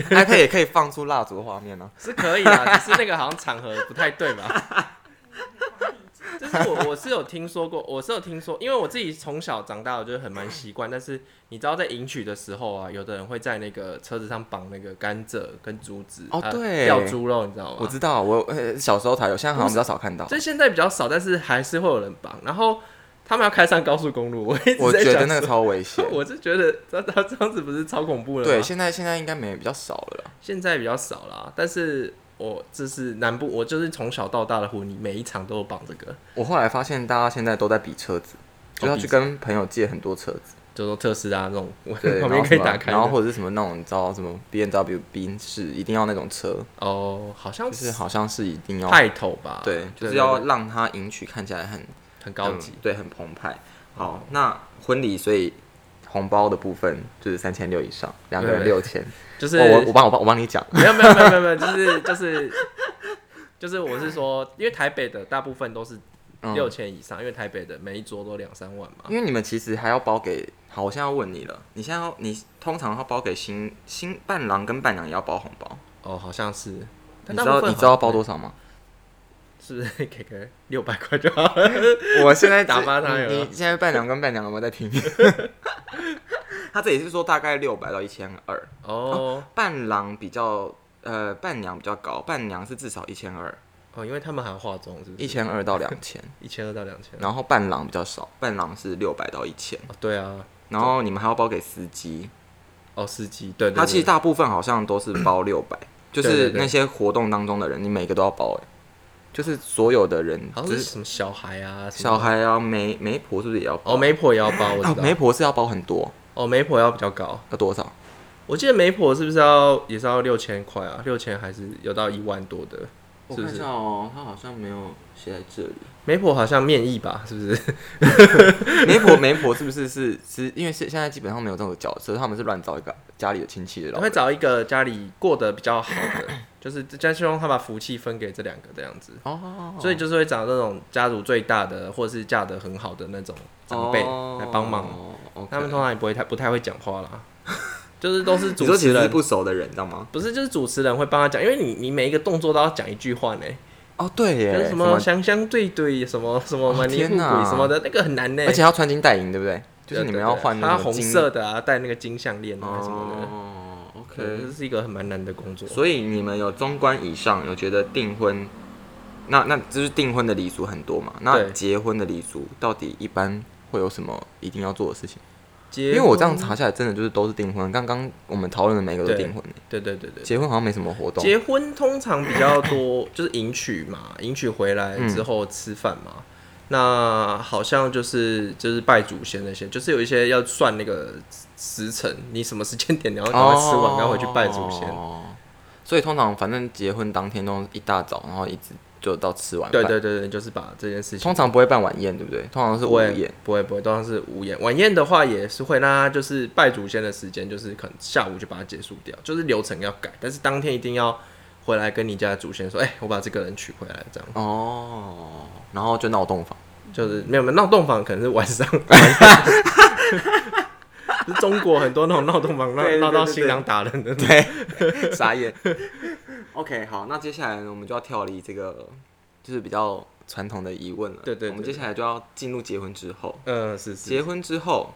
，iPad 也可以放出蜡烛的画面啊呢、
是可以啦，只是那个好像场合不太对吧？ 就是我我是有听说过，我是有听说，因为我自己从小长大，我就是很蛮习惯。但是你知道，在迎娶的时候啊，有的人会在那个车子上绑那个甘蔗跟竹子，
哦
啊
对
吊猪肉，你知道吗？
我知道，我呃小时候才有，现在好像比较少看到。
啊这现在比较少，但是还是会有人绑。然后他们要开上高速公路，我一
我
直在
觉得
想
那个
说，。
超危险
我是觉得这这这样子不是超恐怖了吗？
对，现在现在应该没比较少了啦。
现在比较少啦，但是我这是南部，我就是从小到大的婚礼，每一场都有绑这个，
我后来发现大家现在都在比车子，
哦
就要去跟朋友借很多车子，
就说特斯拉那种， 我
对，
旁
然
边
后
可以
什么
打开的。
然后或者是什么那种你知道什么 B N W 宾士一定要那种车，
哦，好像
就是好像是一定要
派头吧？
对，就
对
是要让它迎娶看起来很
很高级哦
嗯。对，很澎湃。好，那婚礼所以红包的部分就是三千六以上，两个人
对
六 千。
就是
哦我我我帮我帮我帮你讲，
没有没有没有没有没有，就是就是就是我是说，因为台北的大部分都是
嗯
六千以上，因为台北的每一桌都两三万嘛。
因为你们其实还要包给。好，我现在要问你了，你现在要你通常要包给新新伴郎跟伴娘也要包红包，
哦，好像是。
你知道你知道包多
少？
少吗？
是不是 给个六百块就好了？
我现在
打发他
你
有没有
你现在伴娘跟伴娘有没有在听？ 他这里是说大概六百到一千二，
哦
伴郎比较呃伴娘比较高，伴娘是至少一千二，
哦，因为他们还要化妆，是不是？
一千二到两千，
一千二到两千。
然后伴郎比较少，伴郎是六百到一千。
哦，对啊，
然后你们还要包给司机，
哦，司机，对对对，
他其实大部分好像都是包六百，就
对
是
对对
那些活动当中的人，你每个都要包哎、就是所有的人，
好像
就是是
什么小孩啊，什么
小孩啊、媒媒婆是不是也要包？
哦，媒婆也要包，我
啊
知道，
媒婆是要包很多，
哦，媒婆要比较高，
要多少？
我记得媒婆是不是要也是要六千块啊？六千还是有到一万多的？是不是？
哦，他好像没有写在这 里。
媒婆好像面议吧，是不是？
媒婆媒婆是不是是是因为现现在基本上没有这种角色，他们是乱找一个家里的亲戚的
我
老
会
人。
找一个家里过得比较好的，就是家希望他把福气分给这两个这样子，
哦，
所以就是会找那种家族最大的，或者是嫁得很好的那种长辈来帮忙。
哦，OK
他们通常也不会太不太会讲 话啦，就是都是
你
主
说其
持
实是
人，
不熟的人，知道吗？
不是就是主持人会帮他讲，因为你你每一个动作都要讲一句话呢，
哦，对耶，
就是什么相相对对，什么什么
哦
蛮尼
天
互
哪
鬼什么的，那个很难呢。
而且要穿金戴银，对不对？就是你们要换
它
那个
红
金
色的啊，戴那个金项链啊什么的。
哦
可能这
，OK。
是一个很蛮难的工作。
所以你们有中观以上，有觉得订婚，那那就是订婚的礼俗很多嘛？那
对
结婚的礼俗到底一般会有什么一定要做的事情？
结
因
婚
为我这样，查下来，真的就是都是订婚。刚刚我们讨论的每个都
对
订婚，
对对对对，
结婚好像没什么活动。
结婚通常比较多就是迎娶嘛，迎娶回来之后吃饭嘛。那好像就是就是拜祖先那些，就是有一些要算那个时辰，你什么时间点你要赶快吃完，赶、快回去拜祖先。
哦所以通常反正结婚当天都一大早，然后一直就到吃完饭。
对对对对，就是把这件事情
通常不会办晚宴，对不对？通常是
不
午
会
宴。
不会不会，通常是午宴。晚宴的话也是会，那就是拜祖先的时间，就是可能下午就把它结束掉，就是流程要改，但是当天一定要回来跟你家的祖先说，哎、我把这个人娶回来，这样
哦，然后就闹洞房。
就是没有没有闹洞房，可能是 晚上。是中国很多那种闹洞房，闹
对对对
闹到
对对
新郎打人的，
对，傻眼。OK，好，那接下来呢，我们就要跳离这个就是比较传统的疑问了。
对对对
我们接下来就要进入结婚之后。
嗯，是是，
结婚之后，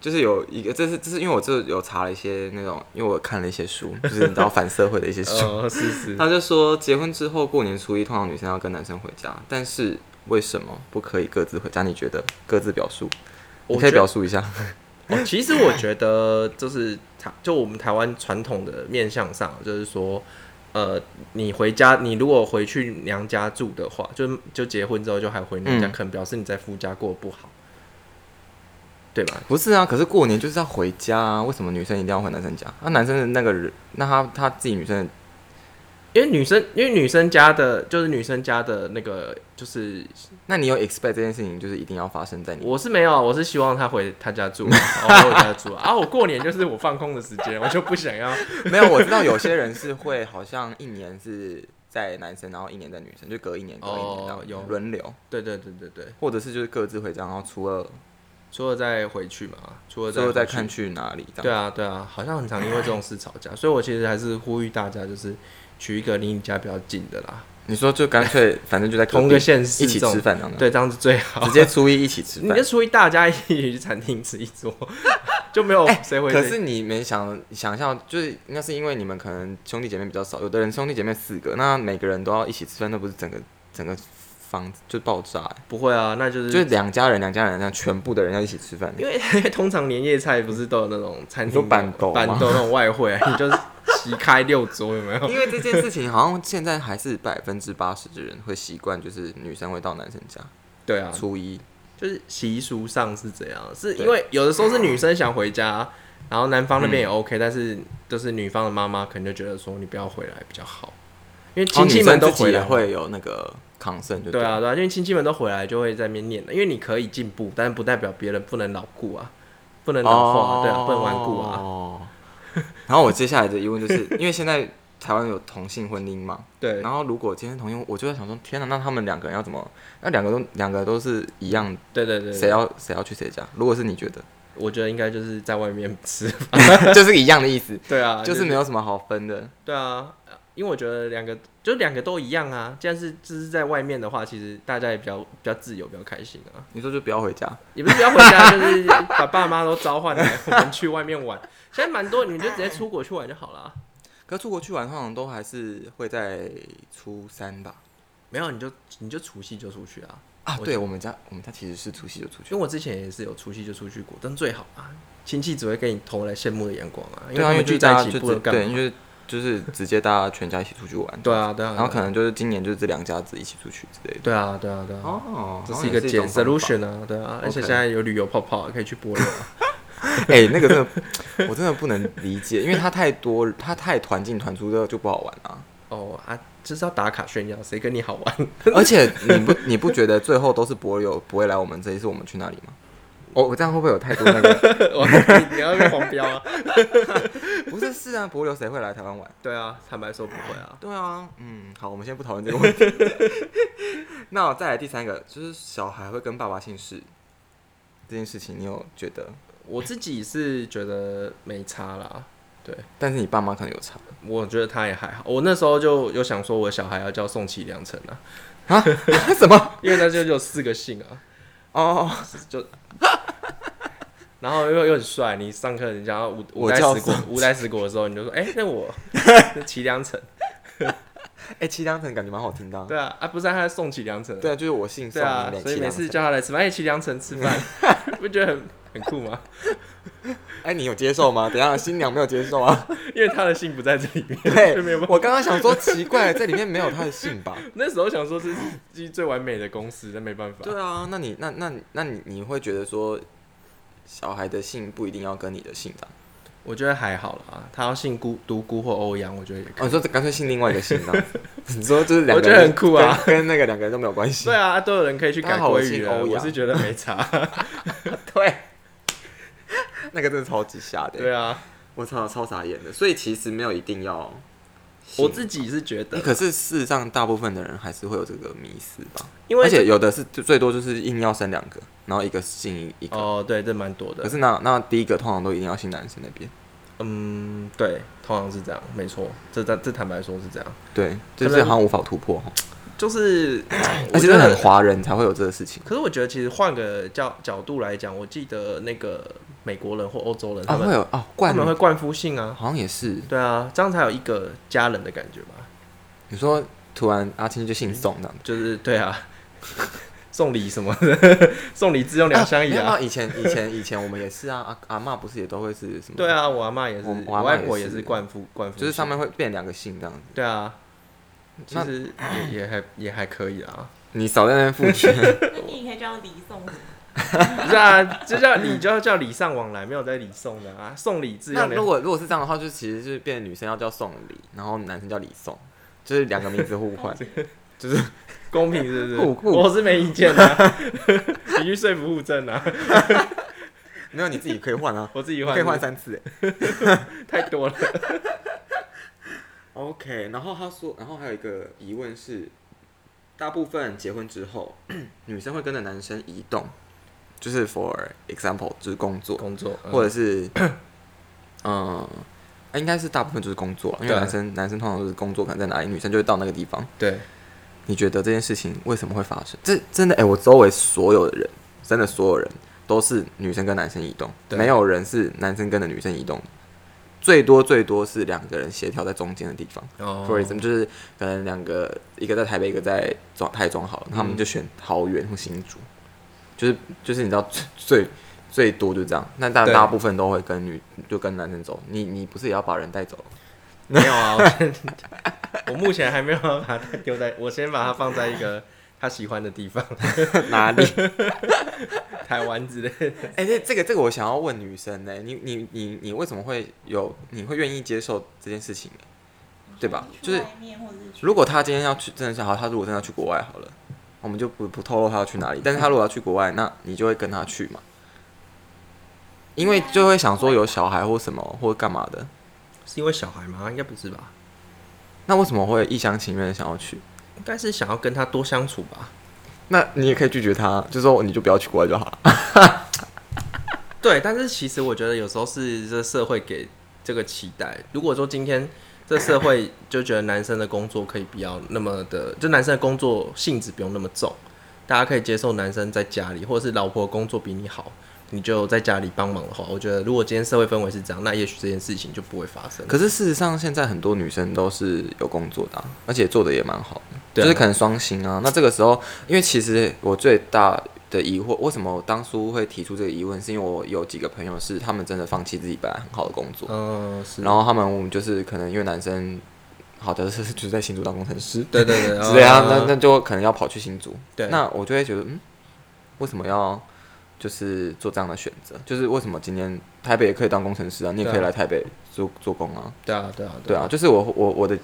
就是有一个，这是这是因为我这有查了一些那种，因为我看了一些书，就是你知道反社会的一些书，
呃，是是，
他就说结婚之后过年初一，通常女生要跟男生回家，但是为什么不可以各自回家？你觉得各自表述？
我
你可以
觉得
表述一下。
哦，其实我觉得就是台，就我们台湾传统的面向上，就是说，呃，你回家，你如果回去娘家住的话，就就结婚之后就还回娘家，
嗯
可能表示你在夫家过得不好，对吧？
不是啊，可是过年就是要回家啊，为什么女生一定要回男生家？那、啊男生的那个人，那他他自己女生的
因为女生，因为女生家的，就是女生家的那个，就是
那你有 expect 这件事情就是一定要发生在 你？
我是没有，啊我是希望她回她家住，然后回我家住啊。啊，我过年就是我放空的时间，我就不想要，
没有，我知道有些人是会好像一年是在男生，然后一年在女生，就隔一年隔一年
哦
这样
有
轮流，
对对对对对，
或者是就是各自回家，然后初二
除了再回去嘛，除了
最后再
回去
看去哪里这
对
样。
啊，对啊，好像很常因为这种事吵架，所以我其实还是呼吁大家，就是娶一个离你家比较近的啦，
你说就干脆反正就在隔壁
同个县市
一起
这种
吃饭这样的，
对，这样子最好。
直接初一一起吃
你
饭
就。出去大家一起去餐厅吃一桌， 就没有谁会、
可是你们想想象，就是那是因为你们可能兄弟姐妹比较少，有的人兄弟姐妹四个，那每个人都要一起吃饭，那不是整个整个房子就爆炸、欸？
不会啊，那就是
就是两家人两家人这样，全部的人要一起吃饭。
因为因为通常年夜菜不是都有那种餐
你说
厅
板
豆
豆
板
吗
豆那种外汇、啊，你就是 席开六桌有没有？
欸 因为这件事情好像现在还是百分之八十的人会习惯，就是女生会到男生家，
对啊，
初一
就是习俗上是怎样？是
对
因为有的时候是女生想回家，然后男方那边
嗯
也 OK，、但是就是女方的妈妈可能就觉得说你不要回来比较好，因为亲戚们都
哦女生自己
回
也
来，
会有那个抗胜，就
对
了
啊对啊，因为亲戚们都回来就会在那边念了，因为你可以进步，但是不代表别人不能牢固啊，不能老化、啊，对啊，不能顽固啊，
哦。 然后我接下来的疑问就是，因为现在台湾有同性婚姻嘛，
对
然后如果今天同性，我就在想说，天哪，那他们两个人要怎么？那两个都两个都是一样，
对对对，
谁？要谁要去谁家？如果是你觉得，
我觉得应该就是在外面吃，
就是一样的意思，
对啊，
就是没有什么好分的。
对啊，呃因为我觉得两个就两个都一样啊，既然是就是在外面的话，其实大家也比较比较自由，比较开心啊。
你说就不要回家，
也不是不要回家，就是把爸妈都召唤来，我们去外面玩。现在蛮多，你们就直接出国去玩就好了啊。
可出国去玩通常都还是会在初三吧？
没有，你就你就除夕就出去啊。
啊，
我
对我们家我们家其实是除夕就出去
因为，我之前也是有除夕就出去过，但最好啊，亲戚只会给你投来羡慕的眼光啊，因为
对啊，
他
因为
们
就
聚
是大家
在一
就
起不知
是
道干
对，
嘛
因。为就是直接大家全家一起出去玩，
对啊，对啊，
然后可
对啊
能就是今年就是这两家子一起出去之类的。
对啊，对啊，对啊，
哦
这是一个解 solution 啊，对啊，而且
OK
现在有旅游泡泡可以去波罗啊，
哎、那个真的，我真的不能理解，因为它太多，它太团进团出的就不好玩啊。
哦啊，就是要打卡炫耀，谁跟你好玩？
而且你不你不觉得最后都是博友不会来我们这一次我们去哪里吗？哦，我这样会不会有太多那个？
我你你要被黄标啊？
不是，是啊，博友谁会来台湾玩？
对啊，坦白说不会啊。
对啊，嗯，好，我们先不讨论这个问题。 那我再来第三个，就是小孩会跟爸爸姓氏这件事情，你有觉得？
我自己是觉得没差啦，对，
但是你爸妈可能有差
我觉得他也还好。我那时候就有想说，我小孩要叫宋启良辰啊，
啊？什么？
因为他就有四个姓啊，
哦，
就， 然后又又很帅。你上课人家五五
我
代
叫
十国
宋
五代十国的时候，你 就说，哎、那我齐良辰，
啊哎，齐良辰感觉蛮好听的啊、
对啊，啊不是啊他是宋启良辰啊，
对啊，就是我姓宋，
对啊
你，们
所以
齐
每
良
次
辰。
叫他来吃饭，哎、齐良辰吃饭， 不觉得很很酷吗？
哎，你有接受 吗？等一下新娘没有接受 啊？
因为他的姓不在这里面，
对
就没有办，法。
我刚刚想说奇怪，这里面没有他的姓吧？
那时候想说这是这是最完美的公司，但没办法。
对啊，那你那那那你你会觉得说，小孩的姓不一定要跟你的姓的啊？
我觉得还好啦，他要姓孤独孤或欧阳，我觉得也可
哦，
以。
你说干脆姓另外一个姓 这样子你说就是两
我
个
觉
人
得很酷啊
跟，跟那个两个人都没有关系
对。啊，都有人可以去
大
改
家好我
鲑
姓
鱼
欧
了，
阳
我是觉得没差。
对，那个真的超级瞎的。欸
对啊，
我操，超傻眼的。所以其实没有一定要姓，
我自己是觉
欸
得，
可是事实上，大部分的人还是会有这个迷思吧。
因为
而且有的是最最多就是硬要生两个，然后一个姓一个。
哦，对，这蛮多
可
的。
是那那第一个通常都一定要姓男生那边。
嗯，对，通常是这样，没错。这这这坦白说是这样，
对，就
可
是
能
好像无法突破哈。
就是，
而且
我觉
是
得
很。华人才会有这个事情。
可是我觉得，其实换个角角度来讲，我记得那个美国人或欧洲人，
啊，
他
会
们、
有啊，
他
冠
们会冠夫姓啊，
好像也是。
对啊，这样才有一个家人的感觉吧。
你说突然阿青就姓宋这样子。
就是对啊， 送礼什么的， 送礼自用两相宜
啊没有
啊。
没有以前以前以前我们也是啊，阿阿嬷不是也都会是什么？
对，啊，我阿妈也是，
我
我
我阿嬷
外婆
也
也
是
是冠夫冠夫姓，
就是上面会变两个姓这样子。
对啊，其
那
实也也还也还可以啊。
你少在那边付钱。
那你也可以叫李 宋子，
不是啊，就叫你就要叫礼尚往来，没有在礼送的啊，送礼自
那
用
如
两。
果如果是这样的话，就其实就是变女生要叫宋礼，然后男生叫李宋，就是两个名字互 换。
公平是 不是？
互互
我是没意见的、啊， 你去说服互证啊，
没有你自己可以换啊，
我自己
你
换
可以换三次欸。
太 多了。
OK，然后他说，然后还有一个疑问是，大部分结婚之后， 女生会跟着男生移动，就是 for example 就是工作，
工作、
或
者
者是 嗯。啊应该是大部分就是工作，因为
对
男生男生通常都是工作，可能在哪里，女生就会到那个地方。
嗯对，
你觉得这件事情为什么会发生？这真的哎、我周围所有的人，真的所有人都是女生跟男生移动，
对
没有人是男生跟着女生移动的，最多最多是两个人协调在中间的地方。
哦
For example，就是可能两个一个在台北，一个在中台中好了，他们
嗯
就选桃园或新竹，就是就是你知道 最最最多就这样。那大
对
大部分都会跟女就跟男生走，你你不是也要把人带走？
没有啊，我先我目前还没有把它丢在，我先把它放在一个他喜欢的地方，
哪 里？
台湾之类的。
哎、这这个这个我想要问女生呢、你你你你为什么会有你会愿意接受这件事情呢、对吧
去
就是
外面或者是去
如果她今天要去，真的是好，她如果真的要去国外好了，我们就不不透露她要去哪里。但是她如果要去国外，那你就会跟她去嘛，因为就会想说有小孩或什么或干嘛的。
是因为小孩吗？应该不是吧？
那为什么会一厢情愿的想要去？
应该是想要跟他多相处吧。
那你也可以拒绝她，就说你就不要去国外就好了。
对，但是其实我觉得有时候是这社会给这个期待。如果说今天这社会就觉得男生的工作可以不要那么的，就男生的工作性质不用那么重，大家可以接受男生在家里，或者是老婆工作比你好，你就在家里帮忙的话，我觉得如果今天社会氛围是这样，那也许这件事情就不会发生。
可是事实上，现在很多女生都是有工作的啊、而且做的也蛮好的。
对啊
就是可能双薪啊。那这个时候，因为其实我最大的疑惑，为什么我当初会提出这个疑问，是因为我有几个朋友是他们真的放弃自己本来很好的工作，
嗯，是，
然后他们就是可能因为男生好的是就是在新竹当工程师，
对对对，
之类啊，那
嗯
那就可能要跑去新竹。
对，
那我就会觉得，嗯，为什么要就是做这样的选择？就是为什么今天台北也可以当工程师啊，你也可以
对啊
来台北做做工啊？
对啊对啊
对啊，，就是我我我的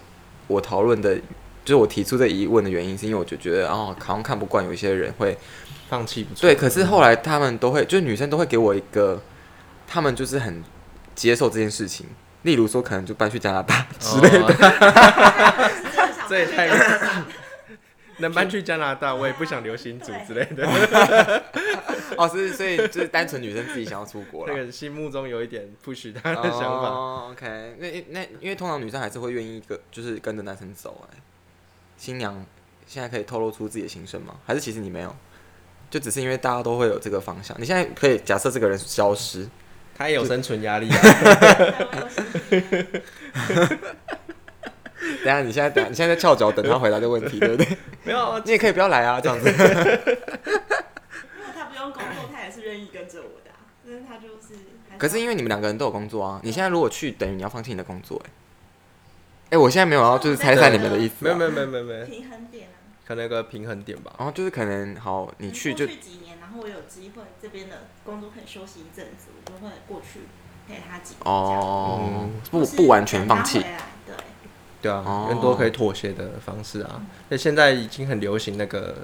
我讨论的，就是我提出这疑问的原因，是因为我就觉得哦，好像看不惯有一些人会
放弃不错，嗯
对，啊可是后来他们都会，就是女生都会给我一个，他们就是很接受这件事情。例如说，可能就搬去加拿大啊之类的，
的，这
这
也太 能搬去加拿大，我也不想留新竹之类的，
哦，所以所以就是单纯女生自己想要出国
那
了。
个心目中有一点 push 他的想法，
哦、OK，那那因为通常女生还是会愿意跟就是跟着男生走哎、新娘现在可以透露出自己的心声吗？还是其实你没有？就只是因为大家都会有这个方向，你现在可以假设这个人消失，
他也有生存压力啊，
等一下你现在等一下，你现在在翘脚等他回答这个问题，对不对？
没有啊，
你也可以不要来啊，这 样子。
如果他不用工作，他也是愿意跟着我的、啊，但是他就是还
可是因为你们两个人都有工作啊，你现在如果去，等于你要放弃你的工作哎、哎、我现在没啊有要就是拆散你们的意思、
没有没有。没有没有没有，
平衡点啊。
可能有个平衡点吧，
然后哦就是可能好，你去就
嗯过去几年，然后我有机会这边的工作可以休息一阵子，我就会过去陪他几天这样
哦
嗯，
不
就是
不完全放弃
等他。回来对，
对啊
哦，
更多可以妥协的方式啊，那现在已经很流行那个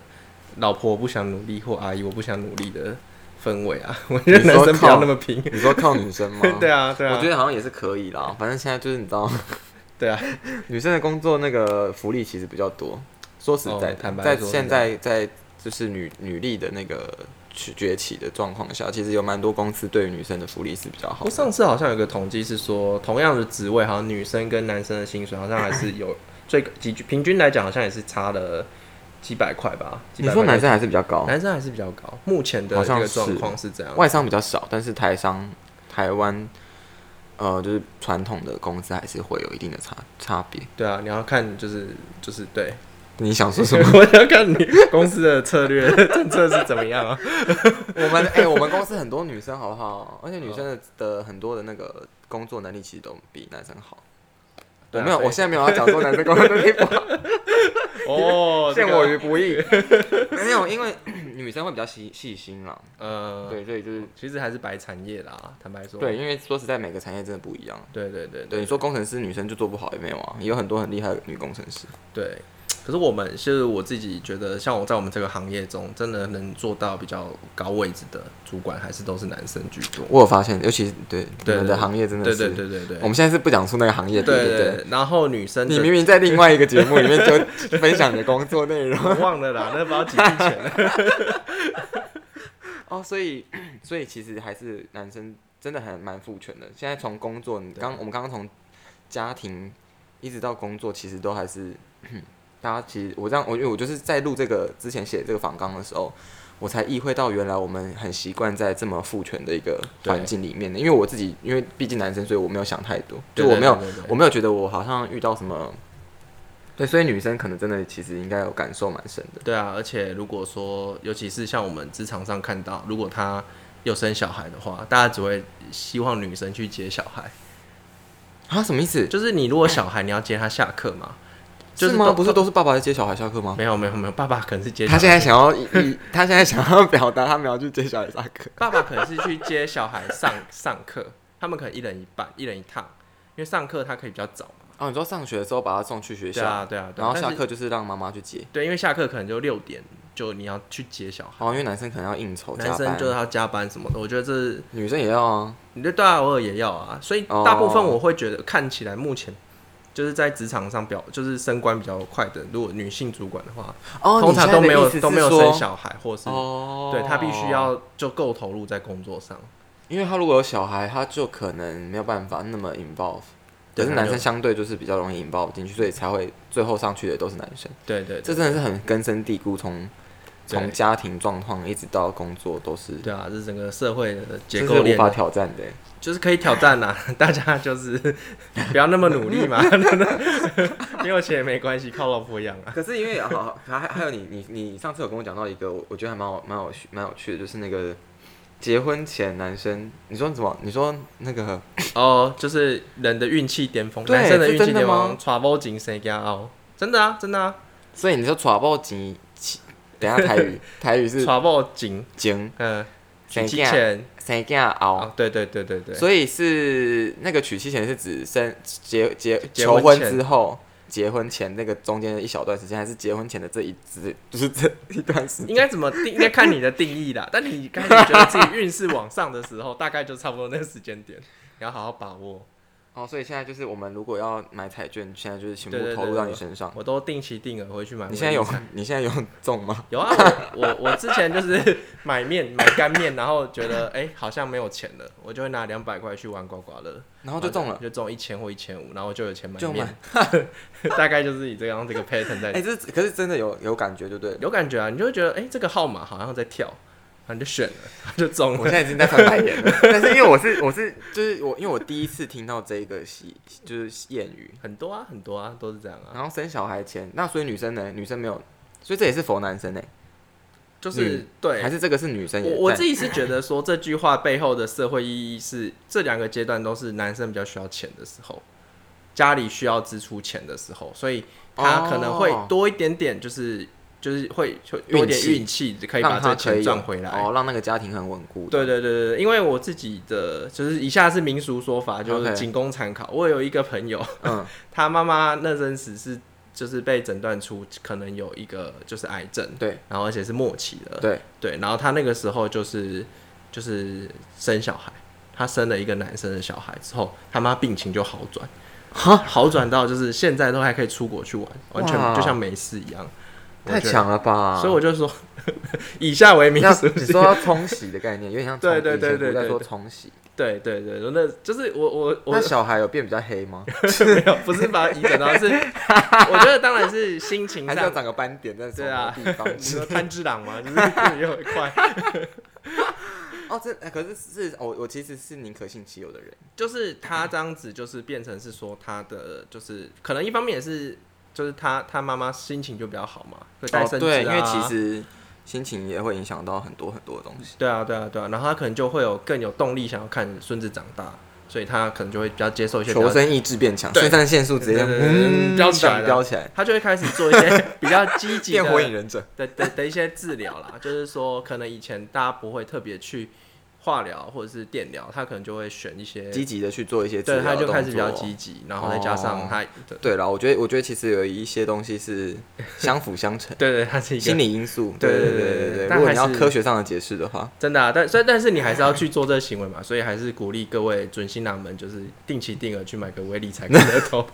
老婆我不想努力或阿姨我不想努力的氛围啊，我觉得
你说
男生不要
靠
那么拼，
你说靠女生吗？
对啊对啊，
我觉得好像也是可以啦。反正现在就是你知道，
对啊，
女生的工作那个福利其实比较多。说实在
哦坦
的，
白
在
说
现在在就是女女力的那个崛崛起的状况下，其实有蛮多公司对于女生的福利是比较好
我
的。
上次好像有个统计是说，同样的职位，好像女生跟男生的薪水好像还是有最几平均来讲，好像也是差了几百块吧。几
你
百块
说男生还是比较高，
男生还是比较高，目前的
好
这
像
个
是
状况是这样。
外商比较少，但是台商台湾呃就是传统的公司还是会有一定的差差别。
对啊，你要看就是就是对，
你想说什么？
我要看你公司的策略政策是怎么 样啊。
我 们哎、我们公司很多女生好不好？而且女生的的很多的那个工作能力其实都比男生好。我
对啊
没有，
所以
我现在没有要讲说男生工作能力不好，
哦，
陷
这个
我于不义。 没有，因为女生会比较细细心啦。
呃，
对，所以就是
其实还是白产业啦，坦白说。
嗯对，因为说实在，每个产业真的不一样。
对对对
对，你说工程师女生就做不好也没有啊，也有很多很厉害的女工程师。
对，可是我们是我自己觉得，像我在我们这个行业中，真的能做到比较高位置的主管，还是都是男生居多。
我有发现，尤其是对
对
你们的行业真的
对
是，
对对对对，
我们现在是不讲出那个行业，
对
对
对。然后女生
你
的
明明在另外一个节目里面就分享你的工作内容，
我忘了啦，那不知道几年 前了。
哦，所以所以其实还是男生真的很蛮父权的。现在从工作，你刚我们刚刚从家庭一直到工作，其实都还是大家其实我这样，我因为我就是在录这个之前写这个访纲的时候，我才意会到原来我们很习惯在这么父权的一个环境里面的。因为我自己，因为毕竟男生，所以我没有想太多，就我没有
对，对对对
我没有觉得我好像遇到什么。对，所以女生可能真的其实应该有感受蛮深的。
对啊，而且如果说，尤其是像我们职场上看到，如果他有生小孩的话，大家只会希望女生去接小孩。
啊，什么意思？
就是你如果小孩，你要接他下课嘛？就是是
吗？
都
不是都是爸爸在接小孩下课吗？
没有没有没有，爸爸可能是接小
他
孩
现在想要以，以他现在想要表达，他没有去接小孩上课。
爸爸可能是去接小孩上 上课，他们可能一人一半，一人一趟，因为上课他可以比较早嘛。
哦，你说上学的时候把他送去学
对
校，
啊，对啊，对
然
啊
后下
但是
课就是让妈妈去接。
对，因为下课可能就六点，就你要去接小孩，
好，哦因为男生可能要应哦酬加
男
班，
生就是要加班什么的。我觉得这是
女生也要啊。
你对大家偶尔也要啊，所以
哦
大部分我会觉得看起来目前。就是在职场上表，就是升官比较快的，如果女性主管的话，
哦，
通常都没有
你现在的意思是
都没有
说
生小孩，或是、
哦，
对她必须，要就够投入在工作上。
因为他如果有小孩，他就可能没有办法那么 involve。可
对
是
他
男
就
生相对就是比较容易 involve 进去，所以才会最后上去的都是男生。
对对对
这真的是很根深蒂固，从从
对
家庭状况一直到工作都是，
对啊，这是整个社会的结
这
构
是无
链，
法挑战的欸。
就是可以挑战啦、 大家就是不要那么努力嘛， 没有钱也没关系，靠老婆养啊。
可是因为好，还还还有你你你上次有跟我讲到一个，我我觉得还蛮有蛮有趣蛮有趣的，就是那个结婚前男生，你说什么？你说那个
哦，就是人的运气巅峰，
对
男生的
是
运气
真的
巅
吗
峰，trouble 井谁家哦？真的啊，真的啊
所以你说抓报警，等一下台 语台语是
，trouble 井，
警
嗯，娶
谁
妻
嫁
前，
三件熬，
哦，对对对对对，
所以是那个娶妻前是指生结结
结
求
婚
婚
前
之后。结婚前那个中间的一小段时间，还是结婚前的这一只，就是这一段时
应
间。
该怎么定？应该看你的定义啦。但你开始觉得自己运势往上的时候，大概就差不多那个时间点，你要好好把握。
哦，所以现在就是我们如果要买彩券，现在就是全部
对对对
投入到你
对
身上。
我都定期定额回去买。
你现在 有你现在有中吗？
有啊，我我我之前就是 买面买干面，然后觉得哎、好像没有钱了，我就会拿两百块去玩刮刮乐，
然后哦就中了。
就中一千或一千五，然后就有钱买
就
面， 大概就是以这样这个 pattern 在
哎、这可是真的有有感觉，对不对了？
有感觉啊，你就会觉得哎、这个号码好像在跳，然后你就选了，就中
我
了
现。在已经在翻白眼了， 但是因为我是我是就是我，因为我第一次听到这个习就是谚语，
很多啊，很多啊，都是这样啊，
然后生小孩前，那所以女生呢，女生没有，所以这也是否男生呢、
就是、
嗯
对，
还是这个是女生也
我我
在
自己是觉得说这句话背后的社会意义是，这两个阶段都是男生比较需要钱的时候，家里需要支出钱的时候，所以他可能会
哦
多一点点，就是就是会就多一点运
运
气，可以把
让她
这个
可
钱
以
赚回来。
哦，让那个家庭很稳固。
对，对对对，因为我自己的就是以下是民俗说法，就是
OK
仅供参考。我有一个朋友，
嗯，
他妈妈那阵时是就是被诊断出可能有一个就是癌症，
对
然后而且是末期的，
对，
对，然后他那个时候就是就是生小孩，他生了一个男生的小孩之后，他妈病情就好转，好转到就是现在都还可以出国去玩，完全
哇
就像没事一样，我
太
觉得。
强了吧！
所以我就说， 以下为民
要
俗
你说要冲洗的概念，有点像
对
冲
对
以前
对对
古代
对
说
对
冲洗。
对对对，那就是我我我
那小孩有变比较黑吗？
没有不是把它移整到， 是我觉得当然是心情
还
上
是要长个斑点在什
对
么
啊
地 方？
你说贪之狼吗？就是自己又很快，
哦，这可是是我我其实是宁可信其有的人。
就是他这样子，就是变成是说他的，就是可能一方面也是，就是他他妈妈心情就比较好嘛，会带
哦，
生气、啊
对，因为其实心情也会影响到很多很多的东西。
对啊对啊对啊，然后他可能就会有更有动力想要看孙子长大，所以他可能就会比较接受一些比较
求生意志变强，
对
肾上腺素直接
对对对对
嗯
飙起来了
飙起来，
他就会开始做一些比较积极的
变火 影忍者。
的的的一些治疗啦，就是说可能以前大家不会特别去化疗或者是电疗，他可能就会选一些
积极的去做一些治
对，
疗
他
的动作，
就开始比较积极，然后再加上他的，
对了，我觉得我觉得其实有一些东西是相辅相成
对对，他 是一个
心理因素。
对
对对
对对
对
对
对对，
但
如果你要
还是
科学上的解释的话，
真的啊，但所以但是你还是要去做这个行为嘛，所以还是鼓励各位准新郎们，就是定期定额去买个微理财跟乐 透。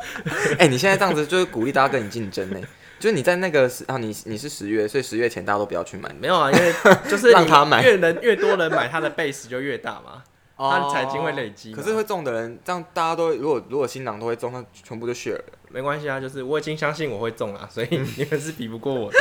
哎，你现在这样子就是鼓励大家跟你竞争呢。就是你在那个时啊，你你是十月，所以十月前大家都不要去买。
没有啊，因为就是你
让他买
越人越多人买，他的 base 就越大嘛。他的财哦金会累积
哦
嘛
可是会中的人，这样大家都如果如果新郎都会中，那全部就 share 了。
没关系啊，就是我已经相信我会中啊，所以你们是比不过我的。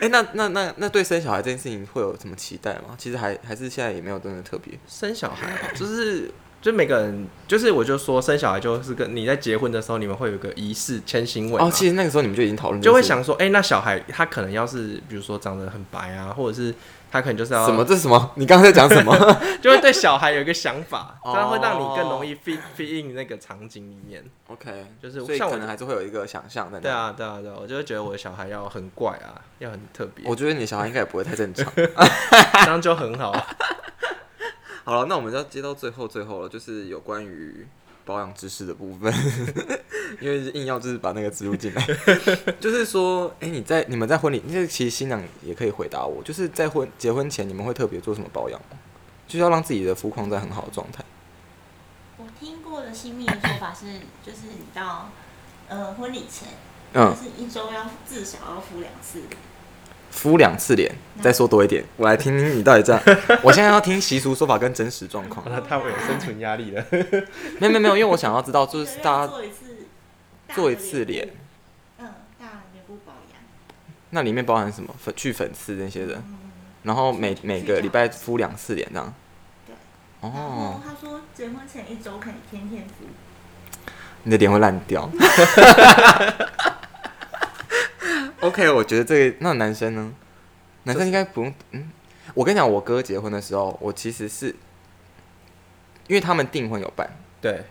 哎、那那那那对生小孩这件事情会有什么期待吗？其实还还是现在也没有真的特别。
生小孩啊就是就每个人就是我就说生小孩就是跟你在结婚的时候，你们会有一个仪式千行吻嘛
哦，其实那个时候你们就已经讨论，
就会想说，哎、那小孩他可能要是比如说长得很白啊，或者是他可能就是要
什么？这是什么？你刚刚在讲什 么？
就会对小孩有一个想 法，这
哦
样会让你更容易 fit fit in 那个场景里面。
OK，
就是
所以
像我
可能还是会有一个想象在那。
对，啊，对啊，对啊，我就会觉得我的小孩要很怪啊，要很特别，
我觉得你的小孩应该也不会太正常。
这样就很好啊。
好了，那我们就要接到最后最后了，就是有关于保养知识的部分， 因为硬要就是把那个植入进来， 就是说，哎、你在你们在婚礼，那其实新娘也可以回答我，就是在婚结婚前你们会特别做什么保养吗？就是要让自己的肤况在很好的状态。
我听过的新密的说法是，就是你到呃婚礼前，
嗯
就，是一周要至少要敷两次。
敷两次脸，再说多一点，我来听听你到底这样。我现在要听习俗说法跟真实状况。
那他会有生存压 力的。
没有没有没有，因为我想要知道，就是
一个月
大家
做一次，
做一次脸，
嗯，大的脸部保养，
那里面包含什么粉去粉刺那些的，
嗯，
然后每每
去
个
角
礼拜敷两次脸这样。
对。然后
哦，
他说结婚前一周可以天天敷，
你的脸会烂掉。OK，我觉得这个那男生呢？男生应该不用。嗯，我跟你讲，我哥结婚的时候，我其实是因为他们订婚有办，
对，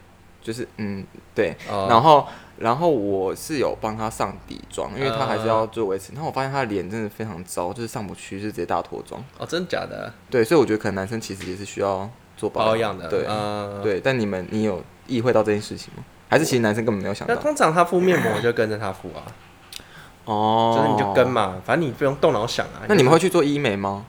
就是嗯对，
哦
然后然后我是有帮他上底妆，因为他还是要
呃
做维持。然后我发现他的脸真的非常糟，就是上不去，就是直接大脱妆。
哦，真的假的？
对，所以我觉得可能男生其实也是需要做
保
养
养的，
对、
呃，。
对。但你们你有意会到这件事情吗？还是其实男生根本没有想
那
到？
通常他敷面膜，我就跟着他敷啊，
哦，
就是你就跟。嘛，反正你不用动脑想啊。
那你们
就
会去做医美吗？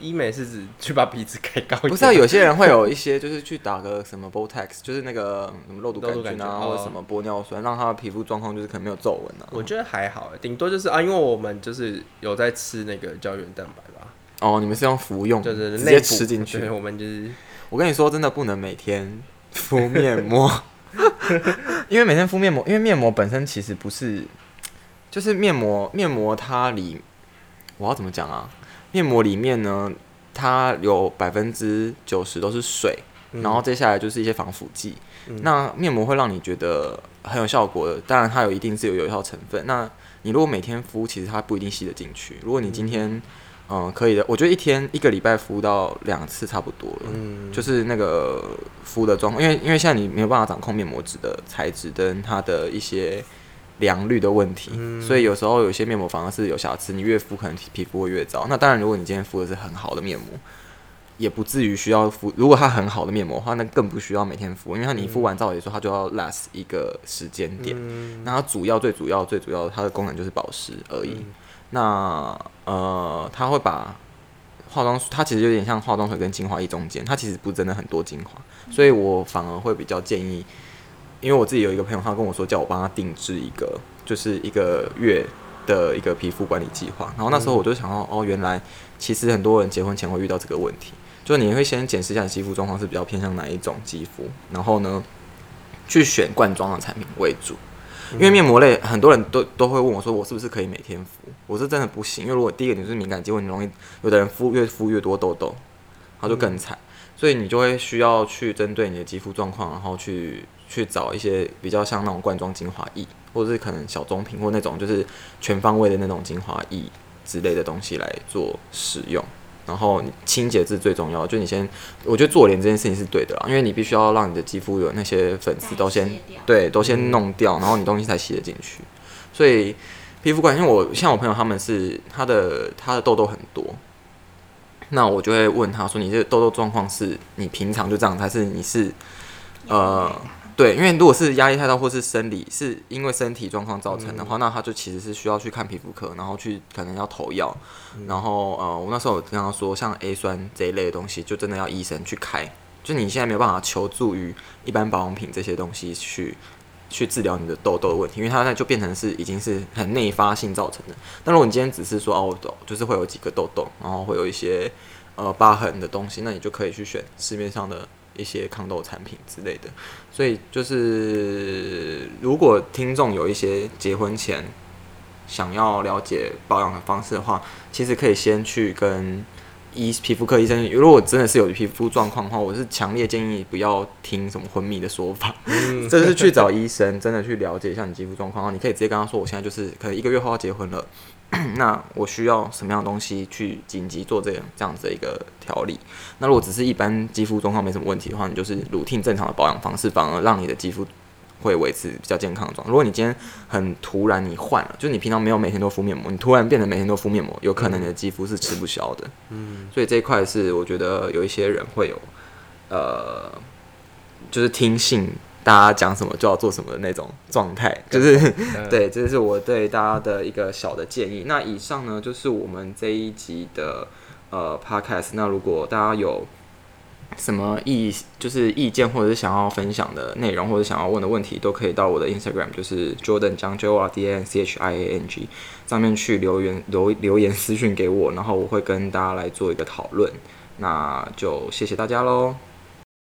医美是指去把鼻子盖高一点？
不是啊，有些人会有一些就是去打个什么 Botox，就是那个嗯什么肉毒
肉毒
杆菌
杆
啊，
菌
或者
哦
什么玻尿酸，让他的皮肤状况就是可能没有皱纹啊。
我觉得还好，顶多就是啊，因为我们就是有在吃那个胶原蛋白吧，
哦，你们是用服用，
对对对，
直
内
接
服
吃进去
对，。我们就是
我跟你说，真的不能每天敷面膜， 因为每天敷面膜，因为面膜本身其实不是，就是面膜面膜它里，我要怎么讲啊？面膜里面呢，它有百分之九十都是水，
嗯
然后接下来就是一些防腐剂。
嗯
那面膜会让你觉得很有效果的，当然它有一定是有有效成分。那你如果每天敷，其实它不一定吸得进去。如果你今天嗯、呃可以的，我觉得一天一个礼拜敷到两次差不多了。
嗯
就是那个敷的状况，因为因为现在你没有办法掌控面膜纸的材质跟它的一些良率的问题，
嗯
所以有时候有些面膜反而是有瑕疵，你越敷可能皮肤会越糟。那当然，如果你今天敷的是很好的面膜，也不至于需要敷。如果它很好的面膜的话，那更不需要每天敷，因为它你敷完照理说它就要 last 一个时间点。
嗯
那它主要最主要最主要它的功能就是保湿而已。
嗯
那呃，它会把化妆水，它其实有点像化妆水跟精华液中间，它其实不是真的很多精华，所以我反而会比较建议，因为我自己有一个朋友，他跟我说叫我帮他定制一个，就是一个月的一个皮肤管理计划，然后那时候我就想到，哦，原来其实很多人结婚前会遇到这个问题，就是你会先检视一下你肌肤状况是比较偏向哪一种肌肤，然后呢，去选罐装的产品为主。因为面膜类很多人都都会问我说，我是不是可以每天敷？我是真的不行，因为如果第一个你是敏感肌，会很容易有的人敷越敷越多痘痘，然
嗯
后就更惨，所以你就会需要去针对你的肌肤状况，然后去去找一些比较像那种罐装精华液，或者是可能小棕瓶或那种就是全方位的那种精华液之类的东西来做使用。然后你清洁是最重要的，就你先，我觉得做脸这件事情是对的啦，因为你必须要让你的肌肤有那些粉刺都先
代谢掉
对，都先弄掉，然后你东西才吸得进去。所以皮肤管，因为我像我朋友他们是他的他的痘痘很多，那我就会问他说：“你这个痘痘状况是你平常就这样，还是你是呃对？因为如果是压力太大，或是生理是因为身体状况造成的话，那他就其实是需要去看皮肤科，然后去可能要投药，然后呃，我那时候有跟他说，像 A 酸这一类的东西，就真的要医生去开，就你现在没有办法求助于一般保养品这些东西去。”去治疗你的痘痘的问题，因为它那就变成是已经是很内发性造成的。那如果你今天只是说哦，我就是会有几个痘痘，然后会有一些呃疤痕的东西，那你就可以去选市面上的一些抗痘产品之类的。所以就是，如果听众有一些结婚前想要了解保养的方式的话，其实可以先去跟医皮肤科医生。如果真的是有皮肤状况的话，我是强烈建议不要听什么昏迷的说法，
嗯
这是去找医生，真的去了解一下你肌肤状况。然后你可以直接跟他说，我现在就是可能一个月后要结婚了。 那我需要什么样的东西去紧急做这样这样子的一个调理？那如果只是一般肌肤状况没什么问题的话，你就是 routine 正常的保养方式，反而让你的肌肤会维持比较健康的状态。如果你今天很突然你换了，就是你平常没有每天都敷面膜，你突然变得每天都敷面膜，有可能你的肌肤是吃不消的。
嗯
所以这一块是我觉得有一些人会有，呃，就是听信大家讲什么就要做什么的那种状态，就是
嗯
对，这是我对大家的一个小的建议。那以上呢，就是我们这一集的呃 podcast。那如果大家有什么意就是意见，或者是想要分享的内容，或者想要问的问题，都可以到我的 Instagram，就是 Jordan 江 J O R D A N C H I A N G 上面去留言留留言私讯给我，然后我会跟大家来做一个讨论。那就谢谢大家喽，